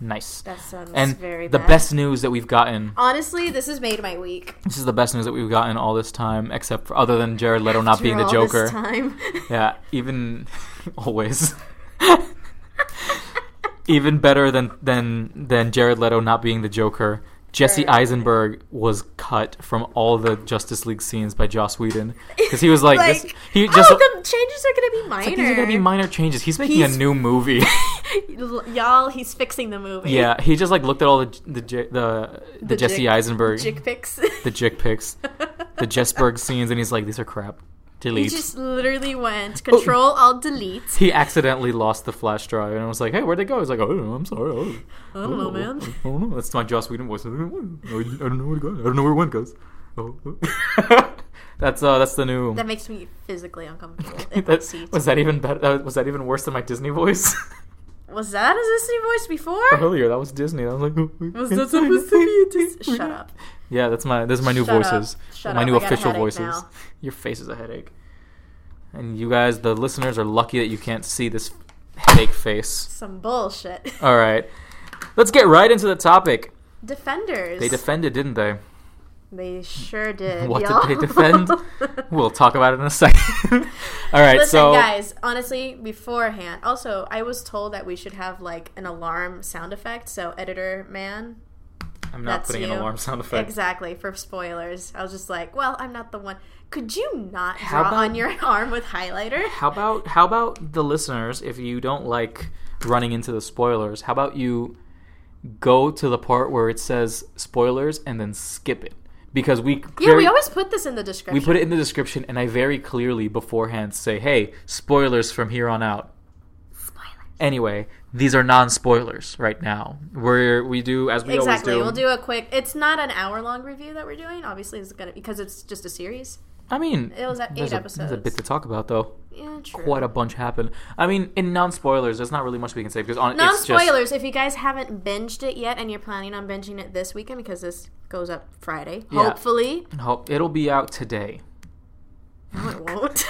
[SPEAKER 1] Nice.
[SPEAKER 2] That sounds
[SPEAKER 1] and
[SPEAKER 2] very
[SPEAKER 1] the
[SPEAKER 2] bad.
[SPEAKER 1] best news that we've gotten
[SPEAKER 2] Honestly, this has made my week.
[SPEAKER 1] This is the best news that we've gotten all this time, except for other than Jared Leto not
[SPEAKER 2] After
[SPEAKER 1] being the
[SPEAKER 2] all this
[SPEAKER 1] Joker.
[SPEAKER 2] time. (laughs)
[SPEAKER 1] Yeah, e- even (laughs) always. even better than than than Jared Leto not being the Joker. Jesse
[SPEAKER 2] Right.
[SPEAKER 1] Eisenberg was cut from all the Justice League scenes by Joss Whedon because he was like, this, he just
[SPEAKER 2] oh, the changes are gonna be minor.
[SPEAKER 1] it's like, these are gonna be minor changes. He's making
[SPEAKER 2] He's-
[SPEAKER 1] a new movie. (laughs)
[SPEAKER 2] L- (laughs) Y'all, he's fixing the movie.
[SPEAKER 1] yeah, he just like looked at all the the J- the, the,
[SPEAKER 2] The
[SPEAKER 1] Jesse
[SPEAKER 2] Jick-
[SPEAKER 1] Eisenberg
[SPEAKER 2] Jick picks.
[SPEAKER 1] (laughs) the Jick pics, the Jessberg (laughs) scenes, and he's like, these are crap.
[SPEAKER 2] (laughs) He
[SPEAKER 1] Delete.
[SPEAKER 2] just literally went Control Alt Delete.
[SPEAKER 1] Oh. he accidentally lost the flash drive and I was like, hey, where'd they go? He's like, oh, I don't know, I'm sorry. I don't,
[SPEAKER 2] I don't know,
[SPEAKER 1] (laughs)
[SPEAKER 2] Oh, man.
[SPEAKER 1] I don't know. That's my Joss Whedon voice. I don't know, I don't know where it goes. I don't know where it went, guys. Oh. (laughs) that's uh, that's the new. (laughs)
[SPEAKER 2] That makes me physically uncomfortable. in my
[SPEAKER 1] That,
[SPEAKER 2] seat.
[SPEAKER 1] was that e- even better? that- Was that even worse than my Disney voice? (laughs)
[SPEAKER 2] Was that a Disney voice before?
[SPEAKER 1] Oh, Earlier, that was Disney. I was like, (laughs) oh, we
[SPEAKER 2] Was
[SPEAKER 1] can't
[SPEAKER 2] that
[SPEAKER 1] say
[SPEAKER 2] supposed to
[SPEAKER 1] anything. (laughs)
[SPEAKER 2] be a Disney? Shut up.
[SPEAKER 1] Yeah, that's my those are my new
[SPEAKER 2] Shut up.
[SPEAKER 1] voices.
[SPEAKER 2] Shut
[SPEAKER 1] my
[SPEAKER 2] up.
[SPEAKER 1] new
[SPEAKER 2] I got a
[SPEAKER 1] official
[SPEAKER 2] headache
[SPEAKER 1] voices.
[SPEAKER 2] now.
[SPEAKER 1] (laughs) Your face is a headache. And you guys, the listeners, are lucky that you can't see this headache face.
[SPEAKER 2] Some bullshit.
[SPEAKER 1] All right, let's get right into the topic.
[SPEAKER 2] Defenders.
[SPEAKER 1] They defended, didn't they?
[SPEAKER 2] They sure
[SPEAKER 1] (laughs)
[SPEAKER 2] did.
[SPEAKER 1] What did
[SPEAKER 2] y'all.
[SPEAKER 1] they
[SPEAKER 2] (laughs)
[SPEAKER 1] defend? We'll talk about it in a second. (laughs) All right,
[SPEAKER 2] Listen,
[SPEAKER 1] so
[SPEAKER 2] guys. Honestly, beforehand. Also, I was told that we should have like an alarm sound effect. So, editor man,
[SPEAKER 1] I'm not
[SPEAKER 2] that's
[SPEAKER 1] putting
[SPEAKER 2] you.
[SPEAKER 1] an alarm sound effect.
[SPEAKER 2] exactly for spoilers. I was just like, well, I'm not the one. Could you not
[SPEAKER 1] How
[SPEAKER 2] draw
[SPEAKER 1] about-
[SPEAKER 2] on your (laughs) arm with highlighter?
[SPEAKER 1] How about how about the listeners? If you don't like running into the spoilers, how about you go to the part where it says spoilers and then skip it because we
[SPEAKER 2] Yeah,
[SPEAKER 1] very-
[SPEAKER 2] we always put this in the description.
[SPEAKER 1] we put it in the description and I very clearly beforehand say, "Hey, spoilers from here on out."
[SPEAKER 2] Spoiler.
[SPEAKER 1] Anyway, these are non-spoilers right now. Where we do as we
[SPEAKER 2] Exactly.
[SPEAKER 1] always
[SPEAKER 2] We'll do a quick. It's not an hour long review that we're doing. Obviously, it's gonna because it's just a series.
[SPEAKER 1] I mean,
[SPEAKER 2] It was at
[SPEAKER 1] there's
[SPEAKER 2] eight
[SPEAKER 1] a- There's a
[SPEAKER 2] episodes.
[SPEAKER 1] bit to talk about though.
[SPEAKER 2] Yeah, true.
[SPEAKER 1] Quite a bunch happened. I mean, in non-spoilers, there's not really much we can say because on
[SPEAKER 2] non
[SPEAKER 1] it's just-
[SPEAKER 2] spoilers. If you guys haven't binged it yet, and you're planning on binging it this weekend because this goes up Friday,
[SPEAKER 1] Yeah.
[SPEAKER 2] hopefully,
[SPEAKER 1] Hope it'll be out today.
[SPEAKER 2] no, it won't.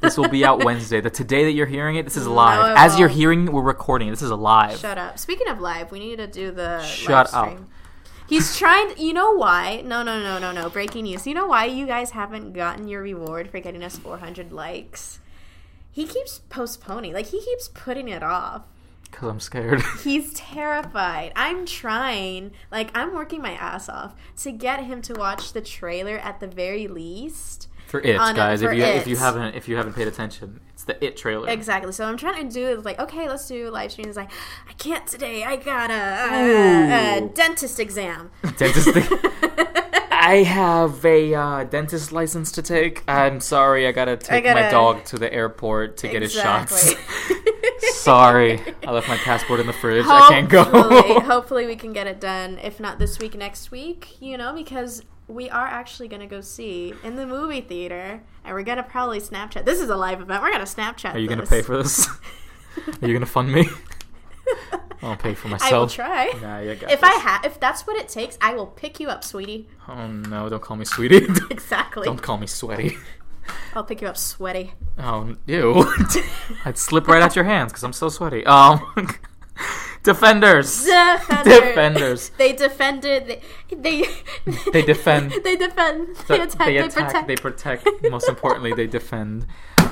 [SPEAKER 1] This will
[SPEAKER 2] (laughs)
[SPEAKER 1] be out Wednesday. The today that you're hearing it, this is live.
[SPEAKER 2] it
[SPEAKER 1] As you're
[SPEAKER 2] won't.
[SPEAKER 1] hearing, we're recording. This is live.
[SPEAKER 2] Shut up. Speaking of live, we need to do the
[SPEAKER 1] Shut
[SPEAKER 2] live stream. He's trying. You know why? No, no, no, no, no. Breaking news. You know why you guys haven't gotten your reward for getting us 400 likes? He keeps postponing. Like he keeps putting it off.
[SPEAKER 1] Because I'm scared. (laughs)
[SPEAKER 2] He's terrified. I'm trying, like, I'm working my ass off to get him to watch the trailer at the very least.
[SPEAKER 1] for it,
[SPEAKER 2] On it,
[SPEAKER 1] guys.
[SPEAKER 2] Oh, for
[SPEAKER 1] if you if
[SPEAKER 2] it.
[SPEAKER 1] you haven't if you haven't paid attention, it's the it trailer.
[SPEAKER 2] Exactly. So I'm trying to do it, like, okay, let's do live streams. like, I can't today. I got a, a,
[SPEAKER 1] Ooh.
[SPEAKER 2] a uh, dentist exam.
[SPEAKER 1] (laughs) Dentist
[SPEAKER 2] (laughs)
[SPEAKER 1] I have a uh, dentist license to take. I'm sorry, I gotta take my
[SPEAKER 2] gotta-
[SPEAKER 1] dog to the airport to get his
[SPEAKER 2] Exactly.
[SPEAKER 1] shots. sorry, I left my passport in the fridge. I can't (laughs)
[SPEAKER 2] Hopefully-
[SPEAKER 1] go.
[SPEAKER 2] hopefully, we can get it done. If not this week, next week. You know, because we are actually going to go see in the movie theater, and we're going to probably Snapchat. This is a live event. We're going to
[SPEAKER 1] (laughs)
[SPEAKER 2] Snapchat. (laughs)
[SPEAKER 1] Are you gonna
[SPEAKER 2] this.
[SPEAKER 1] pay for this? Are you gonna
[SPEAKER 2] (laughs)
[SPEAKER 1] fund me? I'll pay for myself.
[SPEAKER 2] I will try.
[SPEAKER 1] Nah, you got
[SPEAKER 2] If
[SPEAKER 1] this.
[SPEAKER 2] I ha- if that's what it takes, I will pick you up, sweetie. (laughs)
[SPEAKER 1] Oh no! Don't call me sweetie. (laughs)
[SPEAKER 2] Exactly.
[SPEAKER 1] don't call me sweaty.
[SPEAKER 2] I'll pick you
[SPEAKER 1] (laughs)
[SPEAKER 2] up, sweaty.
[SPEAKER 1] Oh, ew. I'd slip right out your hands because I'm so sweaty. Um, (laughs)
[SPEAKER 2] (laughs)
[SPEAKER 1] defenders.
[SPEAKER 2] Defender.
[SPEAKER 1] Defenders.
[SPEAKER 2] They defended. They they,
[SPEAKER 1] (laughs) They defend.
[SPEAKER 2] (laughs) they defend.
[SPEAKER 1] So
[SPEAKER 2] They attack. They, protect.
[SPEAKER 1] They protect.
[SPEAKER 2] (laughs)
[SPEAKER 1] Most importantly, they defend.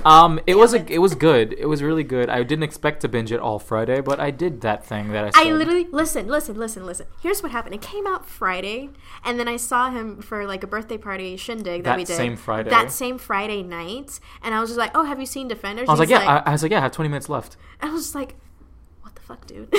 [SPEAKER 1] Um, it was a, it was good. It was really good. I didn't expect to binge it all Friday, but I did that thing that I. Said.
[SPEAKER 2] I literally listen, listen, listen, listen. Here's what happened. It came out Friday, and then I saw him for like a birthday party shindig that,
[SPEAKER 1] That
[SPEAKER 2] we did
[SPEAKER 1] same Friday.
[SPEAKER 2] That same Friday night, and I was just like, "Oh, have you seen Defenders?"
[SPEAKER 1] I was like, yeah. I, I was like, yeah. I Uh-huh. have 20 minutes left.
[SPEAKER 2] I, was just like, "What the fuck, dude?"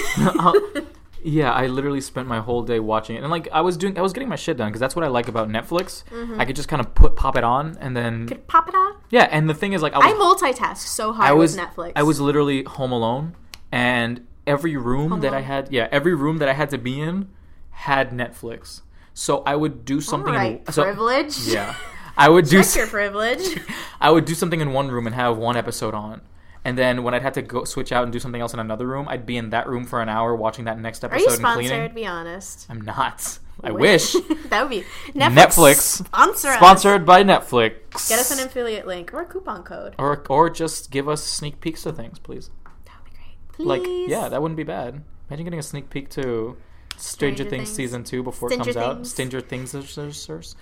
[SPEAKER 1] (laughs) Yeah, I literally spent my whole day watching it, and like I was doing, I was getting my shit done because that's what I like about Netflix. I could just kind of put pop it on, and then
[SPEAKER 2] (laughs) Mm-hmm. Could pop it on.
[SPEAKER 1] yeah. And the thing is, like, I was
[SPEAKER 2] I multitask so hard
[SPEAKER 1] I was
[SPEAKER 2] with Netflix.
[SPEAKER 1] I was literally home alone, and every room that I
[SPEAKER 2] alone.
[SPEAKER 1] had, yeah, every room that I had to be in had Netflix. So I would do something.
[SPEAKER 2] right,
[SPEAKER 1] in, so,
[SPEAKER 2] Oh privilege.
[SPEAKER 1] (laughs) Yeah, I would do.
[SPEAKER 2] Check
[SPEAKER 1] (laughs)
[SPEAKER 2] your privilege.
[SPEAKER 1] I would do something in one room and have one episode on. And then when I'd have to go switch out and do something else in another room, I'd be in that room for an hour watching that next
[SPEAKER 2] Are you
[SPEAKER 1] episode and
[SPEAKER 2] sponsored?
[SPEAKER 1] cleaning.
[SPEAKER 2] Be honest.
[SPEAKER 1] I'm not. I wish.
[SPEAKER 2] (laughs) that would be
[SPEAKER 1] Netflix.
[SPEAKER 2] sponsor us.
[SPEAKER 1] Sponsored by Netflix.
[SPEAKER 2] Get us an affiliate link or a coupon code.
[SPEAKER 1] or or just give us sneak peeks to things, please.
[SPEAKER 2] That would be great.
[SPEAKER 1] Like,
[SPEAKER 2] Please.
[SPEAKER 1] yeah, that wouldn't be bad. Imagine getting a sneak peek to Stranger,
[SPEAKER 2] Stranger
[SPEAKER 1] Things,
[SPEAKER 2] Things.
[SPEAKER 1] season two before
[SPEAKER 2] Stinger
[SPEAKER 1] it comes out.
[SPEAKER 2] Things.
[SPEAKER 1] Stranger Things, is- is- is-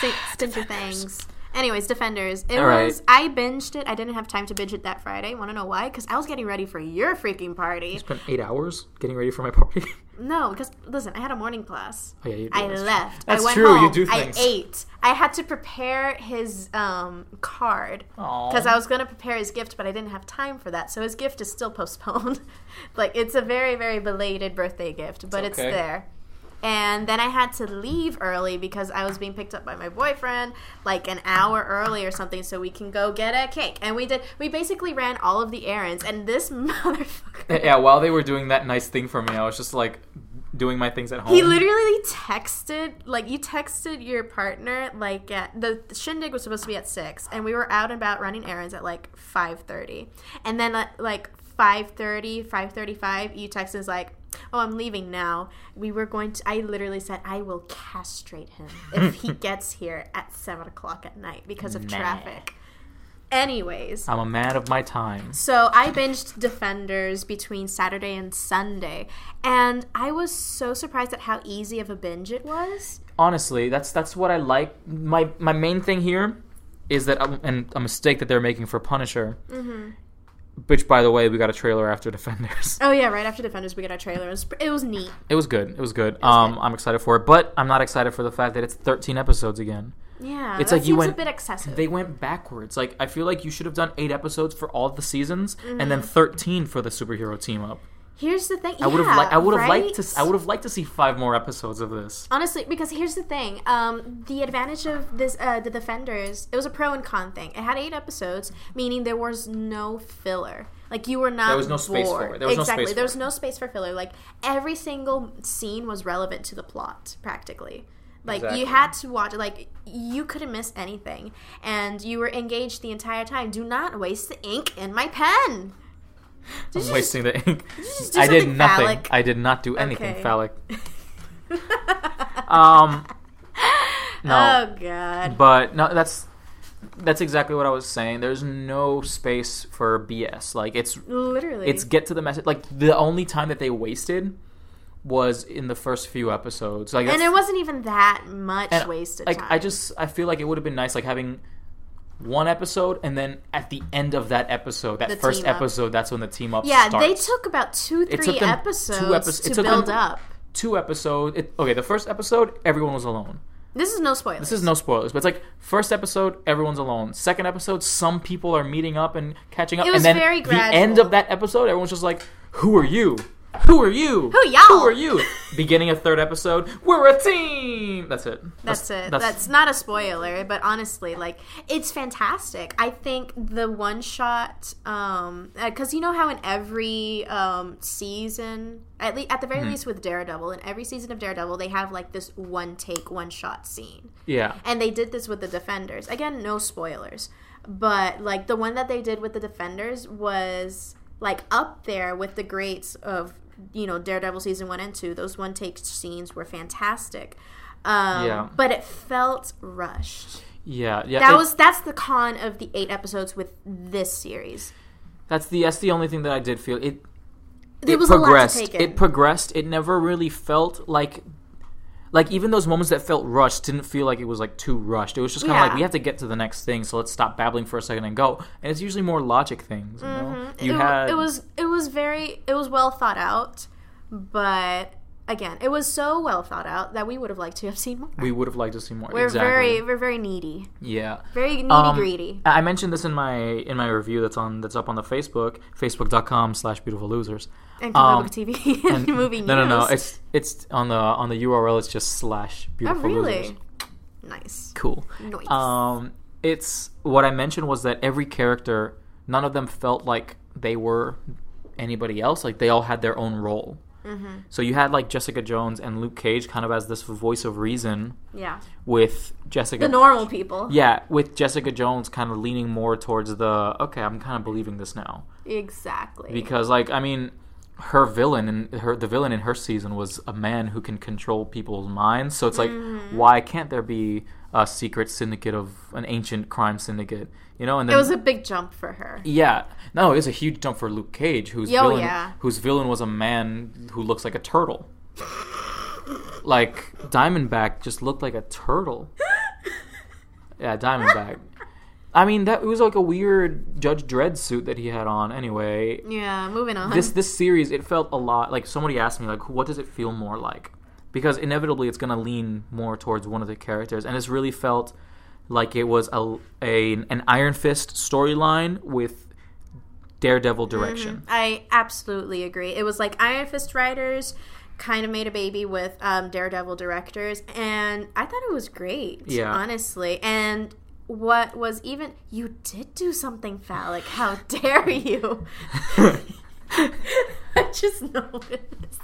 [SPEAKER 2] St- Stinker things. Anyways, Defenders. It
[SPEAKER 1] All right.
[SPEAKER 2] was. I binged it. I didn't have time to binge it that Friday. Want to know why? Because I was getting ready for your freaking party.
[SPEAKER 1] spent eight hours getting ready for my party. (laughs)
[SPEAKER 2] No, because listen, I had a morning class.
[SPEAKER 1] oh yeah, you do.
[SPEAKER 2] I
[SPEAKER 1] that's true.
[SPEAKER 2] left.
[SPEAKER 1] That's
[SPEAKER 2] I went
[SPEAKER 1] true, you
[SPEAKER 2] Home.
[SPEAKER 1] do
[SPEAKER 2] I
[SPEAKER 1] things.
[SPEAKER 2] ate. I had to prepare his um, card
[SPEAKER 1] Aw.
[SPEAKER 2] because I was going to prepare his gift, but I didn't have time for that. So his gift is still (laughs) postponed. like it's a very very belated birthday gift, but it's,
[SPEAKER 1] okay.
[SPEAKER 2] there. And then I had to leave early because I was being picked up by my boyfriend like an hour early or something so we can go get a cake. And we did we basically ran all of the errands and this (laughs) motherfucker
[SPEAKER 1] Yeah, while they were doing that nice thing for me, I was just like doing my things at home.
[SPEAKER 2] He literally texted, like, you texted your partner, like, at, the shindig was supposed to be at 6, and we were out and about running errands at, like, 5.30. And then, at, like, 5.30, 5.35, you text E is like, oh, I'm leaving now. We were going to, I literally said, I will castrate him if
[SPEAKER 1] (laughs)
[SPEAKER 2] he gets here at 7 o'clock at night because of
[SPEAKER 1] Nah.
[SPEAKER 2] traffic. Anyways.
[SPEAKER 1] I'm a man of my time.
[SPEAKER 2] So I binged Defenders between Saturday and Sunday, and I was so surprised at how easy of a binge it was.
[SPEAKER 1] Honestly, that's that's what I like. My my main thing here is that um, and a mistake that they're making for Punisher. Mm-hmm. Which, by the way, we got a trailer after Defenders.
[SPEAKER 2] Oh yeah, right after Defenders we got our trailer. It was, it was neat.
[SPEAKER 1] It was good. It was good. um, I'm excited for it, but I'm not excited for the fact that it's 13 episodes again.
[SPEAKER 2] Yeah,
[SPEAKER 1] It's
[SPEAKER 2] that
[SPEAKER 1] like
[SPEAKER 2] seems
[SPEAKER 1] you went-
[SPEAKER 2] a bit excessive.
[SPEAKER 1] They went backwards. Like I feel like you should have done eight episodes for all the seasons, and
[SPEAKER 2] Mm-hmm.
[SPEAKER 1] then 13 for the superhero team up.
[SPEAKER 2] Here's the thing.
[SPEAKER 1] I would have
[SPEAKER 2] yeah,
[SPEAKER 1] liked. I would have
[SPEAKER 2] right?
[SPEAKER 1] liked to. s- I would have liked to see five more episodes of this.
[SPEAKER 2] Honestly, because here's the thing. Um, the advantage of this, uh, the Defenders, it was a pro and con thing. It had eight episodes, meaning there was no filler. Like you were not.
[SPEAKER 1] There was no space for
[SPEAKER 2] bored.
[SPEAKER 1] it. There was no
[SPEAKER 2] exactly.
[SPEAKER 1] space
[SPEAKER 2] there
[SPEAKER 1] for
[SPEAKER 2] was no space for filler. Like every single scene was relevant to the plot, practically. Like
[SPEAKER 1] Exactly.
[SPEAKER 2] you had to watch. Like you couldn't miss anything, and you were engaged the entire time. Do not waste the ink in my pen. Did
[SPEAKER 1] I'm
[SPEAKER 2] you just-
[SPEAKER 1] wasting the ink.
[SPEAKER 2] just do
[SPEAKER 1] I did
[SPEAKER 2] something
[SPEAKER 1] nothing.
[SPEAKER 2] phallic?
[SPEAKER 1] I did not do anything
[SPEAKER 2] Okay. (laughs)
[SPEAKER 1] phallic. (laughs) Um, no.
[SPEAKER 2] (laughs) Oh god.
[SPEAKER 1] But no, that's that's exactly what I was saying. There's no space for BS. Like it's
[SPEAKER 2] Literally.
[SPEAKER 1] it's get to the message. Like the only time that they wasted was in the first few episodes. Like
[SPEAKER 2] and
[SPEAKER 1] that's-
[SPEAKER 2] it wasn't even that much
[SPEAKER 1] and,
[SPEAKER 2] wasted
[SPEAKER 1] Like
[SPEAKER 2] time.
[SPEAKER 1] I just I feel like it would have been nice like having one episode and then at the end of that episode, that
[SPEAKER 2] The
[SPEAKER 1] first
[SPEAKER 2] team up.
[SPEAKER 1] episode, that's when the team up.
[SPEAKER 2] yeah,
[SPEAKER 1] starts.
[SPEAKER 2] they took about two,
[SPEAKER 1] It took
[SPEAKER 2] three
[SPEAKER 1] them two
[SPEAKER 2] episodes
[SPEAKER 1] epis- it
[SPEAKER 2] to
[SPEAKER 1] took them-
[SPEAKER 2] build up.
[SPEAKER 1] two episode. It, okay, the first episode, everyone was alone.
[SPEAKER 2] This is no spoilers.
[SPEAKER 1] This is no spoilers, but it's like first episode, everyone's alone. Second episode, some people are meeting up and catching up,
[SPEAKER 2] was
[SPEAKER 1] and then
[SPEAKER 2] very
[SPEAKER 1] the end
[SPEAKER 2] gradual.
[SPEAKER 1] of that episode, everyone's just like, "Who are you? Who are you?
[SPEAKER 2] Who y'all?"
[SPEAKER 1] Who are
[SPEAKER 2] (laughs)
[SPEAKER 1] you?" Beginning of third episode, we're a team. That's it.
[SPEAKER 2] That's, it. That's, not a spoiler, but honestly, like it's fantastic. I think the one shot, um, because you know how in every um season, at least at the
[SPEAKER 1] Mm-hmm.
[SPEAKER 2] very least with Daredevil, in every season of Daredevil, they have like this one take, one shot scene.
[SPEAKER 1] yeah.
[SPEAKER 2] And they did this with the Defenders. Again, no spoilers. But like the one that they did with the Defenders was like up there with the greats of you know Daredevil season one and two. Those one take scenes were fantastic, um,
[SPEAKER 1] Yeah.
[SPEAKER 2] but it felt rushed.
[SPEAKER 1] Yeah, yeah.
[SPEAKER 2] That
[SPEAKER 1] it-
[SPEAKER 2] was that's the con of the eight episodes with this series.
[SPEAKER 1] that's the that's the only thing that I did feel it.
[SPEAKER 2] There
[SPEAKER 1] it
[SPEAKER 2] was
[SPEAKER 1] progressed.
[SPEAKER 2] a lot to take in.
[SPEAKER 1] It progressed. It never really felt like like even those moments that felt rushed didn't feel like it was like too rushed. It was just kind of like
[SPEAKER 2] Yeah.
[SPEAKER 1] we have to get to the next thing, so let's stop babbling for a second and go. And it's usually more logic things. You know, you
[SPEAKER 2] Mm-hmm. it,
[SPEAKER 1] had
[SPEAKER 2] it was it was very it was well thought out, but again, it was so well thought out that we would have liked to have seen more.
[SPEAKER 1] we would have liked to see more.
[SPEAKER 2] We're
[SPEAKER 1] exactly.
[SPEAKER 2] very we're very needy,
[SPEAKER 1] yeah.
[SPEAKER 2] very needy
[SPEAKER 1] Um,
[SPEAKER 2] greedy.
[SPEAKER 1] I I mentioned this in my in my review that's on that's up on the Facebook facebook.com slash beautiful losers.
[SPEAKER 2] And
[SPEAKER 1] um,
[SPEAKER 2] comic (laughs) book TV and, movie news.
[SPEAKER 1] No, no, no. It's it's on the on the URL. It's just slash
[SPEAKER 2] oh
[SPEAKER 1] beautiful losers.
[SPEAKER 2] really nice.
[SPEAKER 1] Cool.
[SPEAKER 2] Nice.
[SPEAKER 1] Um, it's what I mentioned was that every character, none of them felt like they were anybody else. Like they all had their own role.
[SPEAKER 2] Mm-hmm.
[SPEAKER 1] So you had like Jessica Jones and Luke Cage kind of as this voice of reason
[SPEAKER 2] yeah,
[SPEAKER 1] with Jessica.
[SPEAKER 2] the normal people.
[SPEAKER 1] yeah, with Jessica Jones kind of leaning more towards the okay, I'm kind of believing this now
[SPEAKER 2] exactly.
[SPEAKER 1] because like I mean, her villain and her the villain in her season was a man who can control people's minds. So it's like,
[SPEAKER 2] Mm-hmm.
[SPEAKER 1] why can't there be a secret syndicate of an ancient crime syndicate? You know, and
[SPEAKER 2] it
[SPEAKER 1] then
[SPEAKER 2] was a big jump for her.
[SPEAKER 1] yeah, no, it was a huge jump for Luke Cage, whose
[SPEAKER 2] Yo,
[SPEAKER 1] villain
[SPEAKER 2] yeah.
[SPEAKER 1] whose villain was a man who looks like a turtle. like Diamondback just looked like a turtle. Yeah, Diamondback. I mean, that it was like a weird Judge Dredd suit that he had on. Anyway,
[SPEAKER 2] (laughs) Yeah, moving on.
[SPEAKER 1] this this series it felt a lot like somebody asked me like what does it feel more like because inevitably it's going to lean more towards one of the characters and it's really felt like it was a, a an iron fist storyline with daredevil
[SPEAKER 2] Mm-hmm.
[SPEAKER 1] direction
[SPEAKER 2] I absolutely agree. It was like Iron Fist writers kind of made a baby with um, Daredevil directors, and I thought it was great.
[SPEAKER 1] Yeah.
[SPEAKER 2] honestly, and. What was even you did do something phallic? How (laughs) dare you? (laughs) I just (laughs) noticed.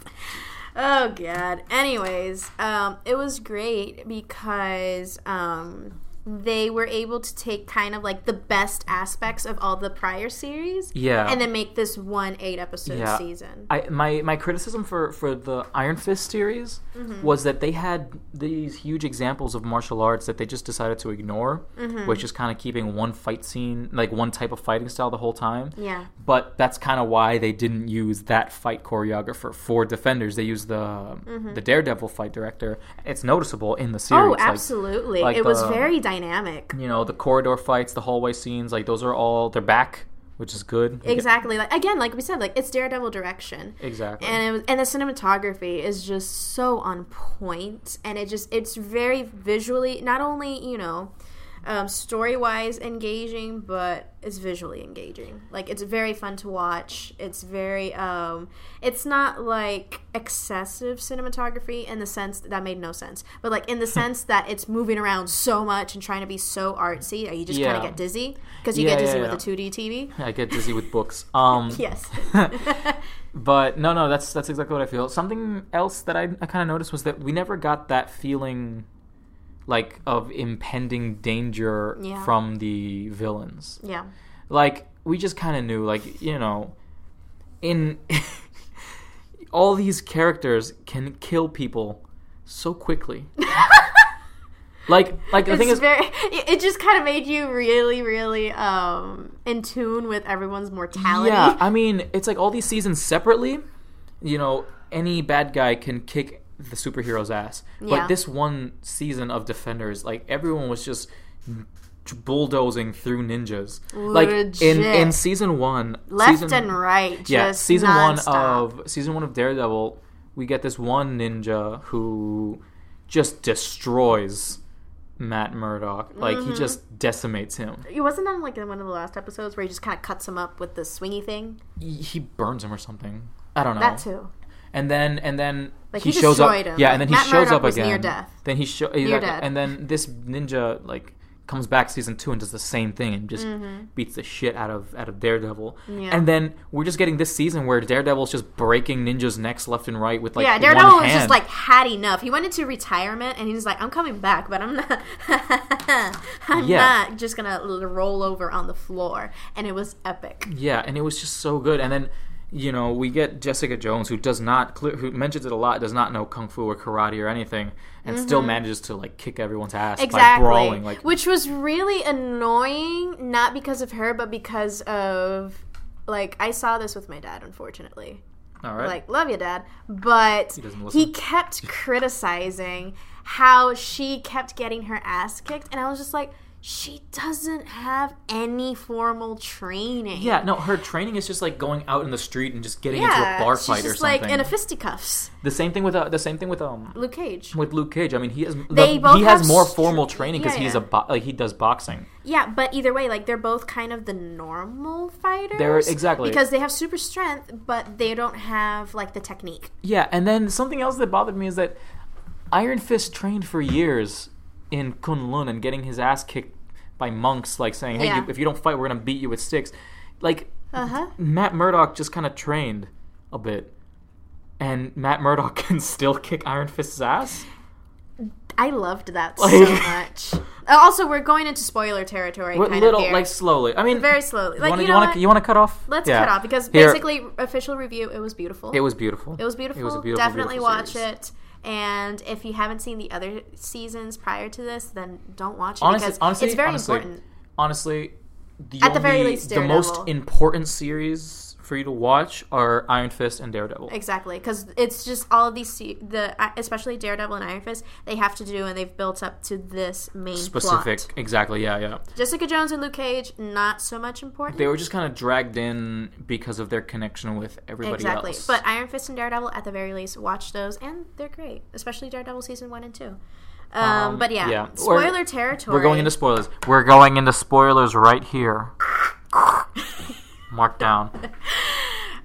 [SPEAKER 2] Oh god. Anyways, um, it was great because um, they were able to take kind of like the best aspects of all the prior series,
[SPEAKER 1] Yeah.
[SPEAKER 2] and then make this one eight episode
[SPEAKER 1] Yeah.
[SPEAKER 2] season.
[SPEAKER 1] I, my my criticism for, for the Iron Fist series
[SPEAKER 2] Mm-hmm.
[SPEAKER 1] was that they had these huge examples of martial arts that they just decided to ignore,
[SPEAKER 2] Mm-hmm.
[SPEAKER 1] which is kind of keeping one fight scene, like one type of fighting style the whole time.
[SPEAKER 2] yeah,
[SPEAKER 1] but that's kind of why they didn't use that fight choreographer for defenders they used the the daredevil fight director it's noticeable in the series
[SPEAKER 2] Mm-hmm. Oh,
[SPEAKER 1] like,
[SPEAKER 2] absolutely.
[SPEAKER 1] like
[SPEAKER 2] it was
[SPEAKER 1] the-
[SPEAKER 2] very dynamic.
[SPEAKER 1] you know the corridor fights the hallway scenes like those are all they're back which is good We get-
[SPEAKER 2] Exactly. Like again, like we said, like it's Daredevil direction.
[SPEAKER 1] exactly
[SPEAKER 2] And it was, and the cinematography is just so on point and it just it's very visually not only, you know, um, story-wise engaging, but it's visually engaging. Like it's very fun to watch. It's very um it's not like excessive cinematography in the sense that, that made no sense. But like
[SPEAKER 1] (laughs)
[SPEAKER 2] in the sense that it's moving around so much and trying to be so artsy that you just kind
[SPEAKER 1] Yeah.
[SPEAKER 2] of get dizzy because you
[SPEAKER 1] Yeah,
[SPEAKER 2] get dizzy
[SPEAKER 1] yeah, yeah.
[SPEAKER 2] with a 2D
[SPEAKER 1] (laughs)
[SPEAKER 2] TV.
[SPEAKER 1] i get dizzy with books um
[SPEAKER 2] (laughs)
[SPEAKER 1] (laughs)
[SPEAKER 2] Yes.
[SPEAKER 1] but no no that's that's exactly what i feel something else that i, I kind of noticed was that we never got that feeling like of impending danger
[SPEAKER 2] Yeah.
[SPEAKER 1] from the villains
[SPEAKER 2] yeah.
[SPEAKER 1] like we just kind of knew like you know in (laughs) all these characters can kill people so
[SPEAKER 2] (laughs)
[SPEAKER 1] quickly like like the
[SPEAKER 2] it's
[SPEAKER 1] thing is
[SPEAKER 2] very (laughs) it it just kind of made you really really um in tune with everyone's mortality
[SPEAKER 1] yeah i mean it's like all these seasons separately you know any bad guy can kick the superhero's ass
[SPEAKER 2] Yeah.
[SPEAKER 1] but this one season of defenders like everyone was just bulldozing through ninjas like in
[SPEAKER 2] Legit.
[SPEAKER 1] in season one
[SPEAKER 2] (laughs) left
[SPEAKER 1] season,
[SPEAKER 2] and right just
[SPEAKER 1] yeah season
[SPEAKER 2] nonstop.
[SPEAKER 1] one of season one of daredevil we get this one ninja who just destroys matt murdock like
[SPEAKER 2] Mm-hmm.
[SPEAKER 1] he just decimates him
[SPEAKER 2] it wasn't on like in one of the last episodes where he just kind of cuts him up with the swingy thing
[SPEAKER 1] he, he burns him or something i don't know
[SPEAKER 2] that too
[SPEAKER 1] and then and then
[SPEAKER 2] Like,
[SPEAKER 1] he,
[SPEAKER 2] he
[SPEAKER 1] shows up
[SPEAKER 2] destroyed him.
[SPEAKER 1] yeah
[SPEAKER 2] Like,
[SPEAKER 1] and then he
[SPEAKER 2] Matt
[SPEAKER 1] shows
[SPEAKER 2] Murdock
[SPEAKER 1] up
[SPEAKER 2] was
[SPEAKER 1] again
[SPEAKER 2] near death.
[SPEAKER 1] then he show exactly.
[SPEAKER 2] death.
[SPEAKER 1] and then this ninja like comes back season two and does the same thing and just
[SPEAKER 2] Mhm.
[SPEAKER 1] beats the shit out of out of Daredevil.
[SPEAKER 2] Yeah.
[SPEAKER 1] And then we're just getting this season where Daredevil's just breaking ninjas' necks left and right with like
[SPEAKER 2] yeah,
[SPEAKER 1] one
[SPEAKER 2] Daredevil was just
[SPEAKER 1] hand.
[SPEAKER 2] like had enough. He went into retirement and he was like, "I'm coming back, but I'm not. (laughs) I'm
[SPEAKER 1] Yeah.
[SPEAKER 2] not just gonna l- roll over on the floor." And it was epic.
[SPEAKER 1] yeah, and it was just so good. And then you know we get Jessica Jones who does not clear, who mentions it a lot does not know kung fu or karate or anything and still manages to like kick everyone's ass
[SPEAKER 2] Mm-hmm. Exactly.
[SPEAKER 1] by brawling like
[SPEAKER 2] Which was really annoying, not because of her, but because of like I saw this with my dad, unfortunately.
[SPEAKER 1] all right
[SPEAKER 2] Like, love you, dad. But he,
[SPEAKER 1] doesn't listen.
[SPEAKER 2] kept criticizing how she kept getting her ass kicked, and I was just like, she doesn't have any formal training.
[SPEAKER 1] yeah no her training is just like going out in the street and just getting
[SPEAKER 2] Yeah,
[SPEAKER 1] into a bar
[SPEAKER 2] she's
[SPEAKER 1] fight
[SPEAKER 2] just
[SPEAKER 1] or something
[SPEAKER 2] like in a fisticuffs.
[SPEAKER 1] the same thing with uh, the same thing with um
[SPEAKER 2] Luke Cage.
[SPEAKER 1] with Luke Cage. I mean, he has
[SPEAKER 2] They
[SPEAKER 1] the-
[SPEAKER 2] both
[SPEAKER 1] he
[SPEAKER 2] have
[SPEAKER 1] has more
[SPEAKER 2] str-
[SPEAKER 1] formal training because
[SPEAKER 2] yeah,
[SPEAKER 1] he's
[SPEAKER 2] yeah.
[SPEAKER 1] a bo- like he does boxing.
[SPEAKER 2] Yeah, but either way, like they're both kind of the normal fighters.
[SPEAKER 1] They're- exactly.
[SPEAKER 2] because they have super strength, but they don't have like the technique.
[SPEAKER 1] Yeah, and then something else that bothered me is that Iron Fist trained for years in Kunlun and getting his ass kicked by monks, like saying, "Hey,
[SPEAKER 2] Yeah.
[SPEAKER 1] you, if you don't fight, we're gonna beat you with sticks." Like
[SPEAKER 2] Uh huh.
[SPEAKER 1] Matt Murdock just kind of trained a bit. And Matt Murdock (laughs) can still kick Iron Fist's ass.
[SPEAKER 2] I loved that
[SPEAKER 1] Like-
[SPEAKER 2] so (laughs) much. Uh, Also, we're going into spoiler territory,
[SPEAKER 1] But
[SPEAKER 2] kind
[SPEAKER 1] little,
[SPEAKER 2] of here.
[SPEAKER 1] like slowly. I mean,
[SPEAKER 2] very slowly. Like
[SPEAKER 1] wanna,
[SPEAKER 2] you know,
[SPEAKER 1] wanna,
[SPEAKER 2] what?
[SPEAKER 1] you want to cut off?
[SPEAKER 2] let's
[SPEAKER 1] Yeah.
[SPEAKER 2] cut off because
[SPEAKER 1] Here.
[SPEAKER 2] basically, official review. It was beautiful.
[SPEAKER 1] it was beautiful.
[SPEAKER 2] It was beautiful.
[SPEAKER 1] It was a beautiful,
[SPEAKER 2] Definitely
[SPEAKER 1] beautiful
[SPEAKER 2] watch
[SPEAKER 1] series.
[SPEAKER 2] it. And if you haven't seen the other seasons prior to this, then don't watch it
[SPEAKER 1] Honestly-
[SPEAKER 2] because
[SPEAKER 1] honestly-
[SPEAKER 2] it's very
[SPEAKER 1] honestly,
[SPEAKER 2] important.
[SPEAKER 1] honestly, the
[SPEAKER 2] At the very
[SPEAKER 1] only-
[SPEAKER 2] least,
[SPEAKER 1] the most
[SPEAKER 2] Daredevil.
[SPEAKER 1] important series for you to watch are Iron Fist and Daredevil.
[SPEAKER 2] Exactly, because it's just all of these, se- the especially Daredevil and Iron Fist, they have to do, and they've built up to this main
[SPEAKER 1] Specific,
[SPEAKER 2] plot.
[SPEAKER 1] exactly, yeah, yeah.
[SPEAKER 2] Jessica Jones and Luke Cage, not so much important.
[SPEAKER 1] They were just kind of dragged in because of their connection with everybody
[SPEAKER 2] exactly,
[SPEAKER 1] else.
[SPEAKER 2] but Iron Fist and Daredevil, at the very least, watch those, and they're great, especially Daredevil season one and two. Um,
[SPEAKER 1] Um,
[SPEAKER 2] but yeah,
[SPEAKER 1] yeah.
[SPEAKER 2] spoiler
[SPEAKER 1] We're-
[SPEAKER 2] territory.
[SPEAKER 1] we're going into spoilers. We're going into spoilers right here. Mark down.
[SPEAKER 2] Oh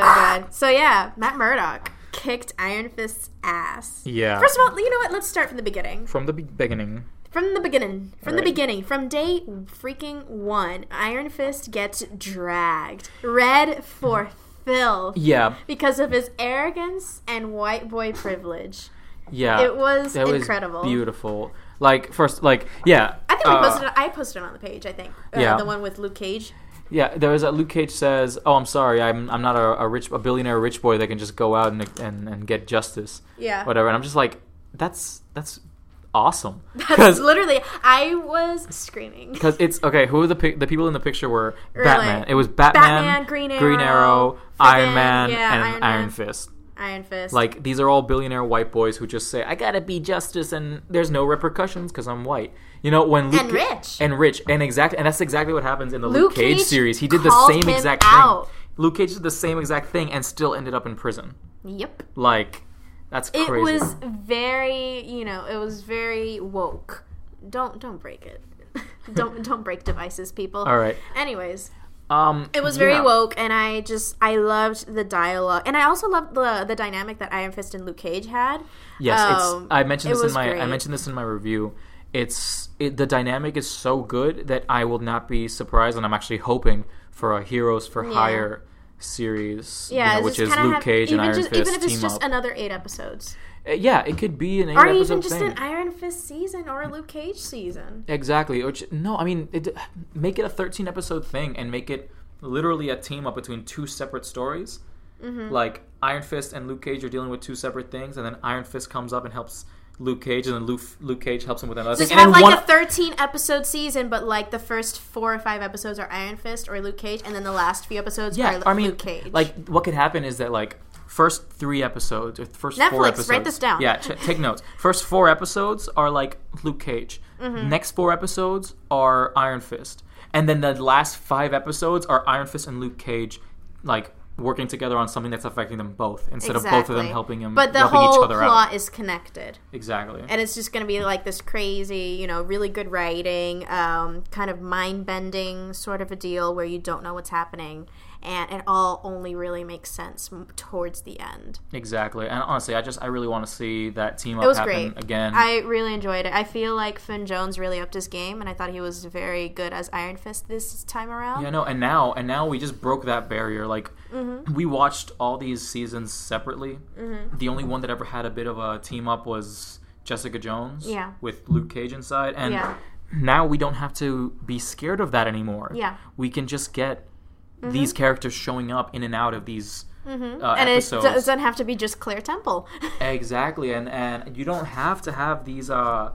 [SPEAKER 2] god. So yeah, Matt Murdock kicked Iron Fist's ass.
[SPEAKER 1] Yeah.
[SPEAKER 2] First of all, you know what? Let's start from the beginning.
[SPEAKER 1] From the be- beginning,
[SPEAKER 2] From the beginning. From the
[SPEAKER 1] Right.
[SPEAKER 2] beginning. From day freaking one, Iron Fist gets dragged. Red for filth.
[SPEAKER 1] yeah,
[SPEAKER 2] Because of his arrogance and white boy privilege.
[SPEAKER 1] yeah,
[SPEAKER 2] It was
[SPEAKER 1] That
[SPEAKER 2] incredible.
[SPEAKER 1] beautiful. Like first, like yeah,
[SPEAKER 2] I think we
[SPEAKER 1] uh,
[SPEAKER 2] posted it. I posted it on the page, I think. Uh,
[SPEAKER 1] yeah.
[SPEAKER 2] The one with Luke Cage.
[SPEAKER 1] Yeah, there was a Luke Cage says, "Oh, I'm sorry, I'm I'm not a, a rich a billionaire rich boy that can just go out and and, and get justice,
[SPEAKER 2] Yeah.
[SPEAKER 1] whatever." And I'm just like, that's that's awesome (laughs)
[SPEAKER 2] That's (laughs) literally I was screaming.
[SPEAKER 1] because it's okay. Who the pic- the people in the picture were?
[SPEAKER 2] Really?
[SPEAKER 1] Batman. It was Batman,
[SPEAKER 2] Batman, Green Arrow,
[SPEAKER 1] Iron
[SPEAKER 2] friggin-
[SPEAKER 1] Man,
[SPEAKER 2] yeah,
[SPEAKER 1] and
[SPEAKER 2] Iron
[SPEAKER 1] Iron,
[SPEAKER 2] Man.
[SPEAKER 1] Fist.
[SPEAKER 2] Iron Fist.
[SPEAKER 1] Like these are all billionaire white boys who just say, "I gotta be justice," and there's no repercussions because I'm white. You know when Luke
[SPEAKER 2] And rich.
[SPEAKER 1] and rich and exactly and that's exactly what happens in the
[SPEAKER 2] Luke
[SPEAKER 1] Luke, Cage,
[SPEAKER 2] Cage
[SPEAKER 1] series. He did the
[SPEAKER 2] called
[SPEAKER 1] same
[SPEAKER 2] him
[SPEAKER 1] exact
[SPEAKER 2] out.
[SPEAKER 1] thing. Luke Cage did the same exact thing and still ended up in prison.
[SPEAKER 2] yep.
[SPEAKER 1] Like that's
[SPEAKER 2] it
[SPEAKER 1] crazy.
[SPEAKER 2] was very you know it was very woke don't don't break it (laughs) don't don't break devices people
[SPEAKER 1] all right.
[SPEAKER 2] anyways
[SPEAKER 1] Um,
[SPEAKER 2] it was very
[SPEAKER 1] yeah.
[SPEAKER 2] woke and i just i loved the dialogue and i also loved the the dynamic that iron fist and luke cage had
[SPEAKER 1] Yes,
[SPEAKER 2] Um,
[SPEAKER 1] it's. I mentioned
[SPEAKER 2] it
[SPEAKER 1] this in
[SPEAKER 2] was
[SPEAKER 1] my. I
[SPEAKER 2] great.
[SPEAKER 1] mentioned this in my review. It's it, the dynamic is so good that I will not be surprised, and I'm actually hoping for a Heroes for Hire series, you
[SPEAKER 2] yeah
[SPEAKER 1] know,
[SPEAKER 2] it's
[SPEAKER 1] which
[SPEAKER 2] just
[SPEAKER 1] is
[SPEAKER 2] kinda
[SPEAKER 1] Luke
[SPEAKER 2] have-
[SPEAKER 1] Cage and
[SPEAKER 2] even
[SPEAKER 1] Iron
[SPEAKER 2] just,
[SPEAKER 1] Fist
[SPEAKER 2] even if it's
[SPEAKER 1] team
[SPEAKER 2] just
[SPEAKER 1] up.
[SPEAKER 2] another eight episodes
[SPEAKER 1] Uh, yeah, it could be an eight
[SPEAKER 2] or
[SPEAKER 1] episode
[SPEAKER 2] even just
[SPEAKER 1] thing.
[SPEAKER 2] an iron fist season or a luke cage season
[SPEAKER 1] Exactly. Which no, I mean, it, make it a thirteen episode thing and make it literally a team up between two separate stories.
[SPEAKER 2] Mm-hmm.
[SPEAKER 1] Like Iron Fist and Luke Cage are dealing with two separate things, and then Iron Fist comes up and helps Luke Cage, and then Luke, Luke Cage helps him with another
[SPEAKER 2] just
[SPEAKER 1] thing. And
[SPEAKER 2] have
[SPEAKER 1] then
[SPEAKER 2] like
[SPEAKER 1] one,
[SPEAKER 2] a 13 episode season but like the first four or five episodes are iron fist or luke cage and then the last few episodes
[SPEAKER 1] yeah,
[SPEAKER 2] are
[SPEAKER 1] I mean,
[SPEAKER 2] luke cage
[SPEAKER 1] like what could happen is that like first three episodes or first
[SPEAKER 2] Netflix,
[SPEAKER 1] four
[SPEAKER 2] write
[SPEAKER 1] episodes.
[SPEAKER 2] this down.
[SPEAKER 1] Yeah, ch- take
[SPEAKER 2] (laughs)
[SPEAKER 1] notes. First four episodes are like Luke Cage.
[SPEAKER 2] Mm-hmm.
[SPEAKER 1] Next four episodes are Iron Fist, and then the last five episodes are Iron Fist and Luke Cage, like working together on something that's affecting them both instead of both of them
[SPEAKER 2] Exactly.
[SPEAKER 1] helping him
[SPEAKER 2] But the
[SPEAKER 1] helping
[SPEAKER 2] whole
[SPEAKER 1] each other
[SPEAKER 2] plot
[SPEAKER 1] out.
[SPEAKER 2] is connected,
[SPEAKER 1] Exactly.
[SPEAKER 2] and it's just going to be like this crazy, you know, really good writing, um, kind of mind bending sort of a deal where you don't know what's happening, and it all only really makes sense m- towards the end.
[SPEAKER 1] Exactly. And honestly, I just I really want to see that team
[SPEAKER 2] It
[SPEAKER 1] up
[SPEAKER 2] was
[SPEAKER 1] happen
[SPEAKER 2] great.
[SPEAKER 1] again.
[SPEAKER 2] I really enjoyed it. I feel like Finn Jones really upped his game, and I thought he was very good as Iron Fist this time around.
[SPEAKER 1] Yeah, no, and now and now we just broke that barrier. Like
[SPEAKER 2] Mm-hmm.
[SPEAKER 1] we watched all these seasons separately. The only one that ever had a bit of a team up was Jessica Jones.
[SPEAKER 2] Yeah.
[SPEAKER 1] With Luke Cage inside, and
[SPEAKER 2] Yeah.
[SPEAKER 1] now we don't have to be scared of that anymore.
[SPEAKER 2] Yeah. Mm-hmm.
[SPEAKER 1] we can just get these characters showing up in and out of these uh,
[SPEAKER 2] and it do-
[SPEAKER 1] episodes.
[SPEAKER 2] doesn't have to be just Claire Temple. (laughs)
[SPEAKER 1] exactly, and and you don't have to have these. uh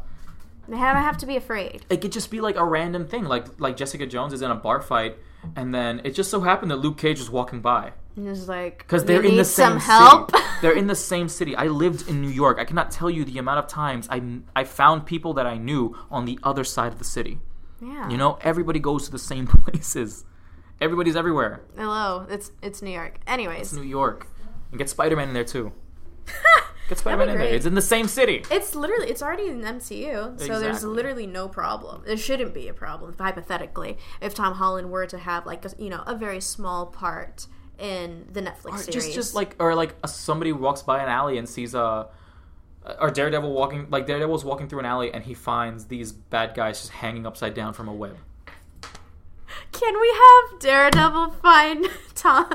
[SPEAKER 2] they don't have to be afraid.
[SPEAKER 1] it could just be like a random thing, like like Jessica Jones is in a bar fight, and then it just so happened that Luke Cage was walking by.
[SPEAKER 2] And it's like
[SPEAKER 1] Because
[SPEAKER 2] "You
[SPEAKER 1] they're in
[SPEAKER 2] need
[SPEAKER 1] the same
[SPEAKER 2] some help. (laughs)
[SPEAKER 1] city. (laughs) They're in the same city. I lived in New York. I cannot tell you the amount of times I, I found people that I knew on the other side of the city.
[SPEAKER 2] yeah.
[SPEAKER 1] You know, everybody goes to the same (laughs) places. Everybody's everywhere.
[SPEAKER 2] Hello, it's it's New York. Anyways,
[SPEAKER 1] It's New York. And get Spider Man in there
[SPEAKER 2] (laughs)
[SPEAKER 1] too. Get Spider Man
[SPEAKER 2] That'd be
[SPEAKER 1] in there.
[SPEAKER 2] great.
[SPEAKER 1] It's in the same city.
[SPEAKER 2] It's literally it's already in MCU, so there's
[SPEAKER 1] Exactly.
[SPEAKER 2] literally no problem. There shouldn't be a problem hypothetically if Tom Holland were to have like a, you know a very small part in the Netflix
[SPEAKER 1] Or
[SPEAKER 2] series.
[SPEAKER 1] just just like or like uh, somebody walks by an alley and sees a or Daredevil walking like Daredevil's walking through an alley and he finds these bad guys just hanging upside down from a web.
[SPEAKER 2] can we have Daredevil find (laughs) Tom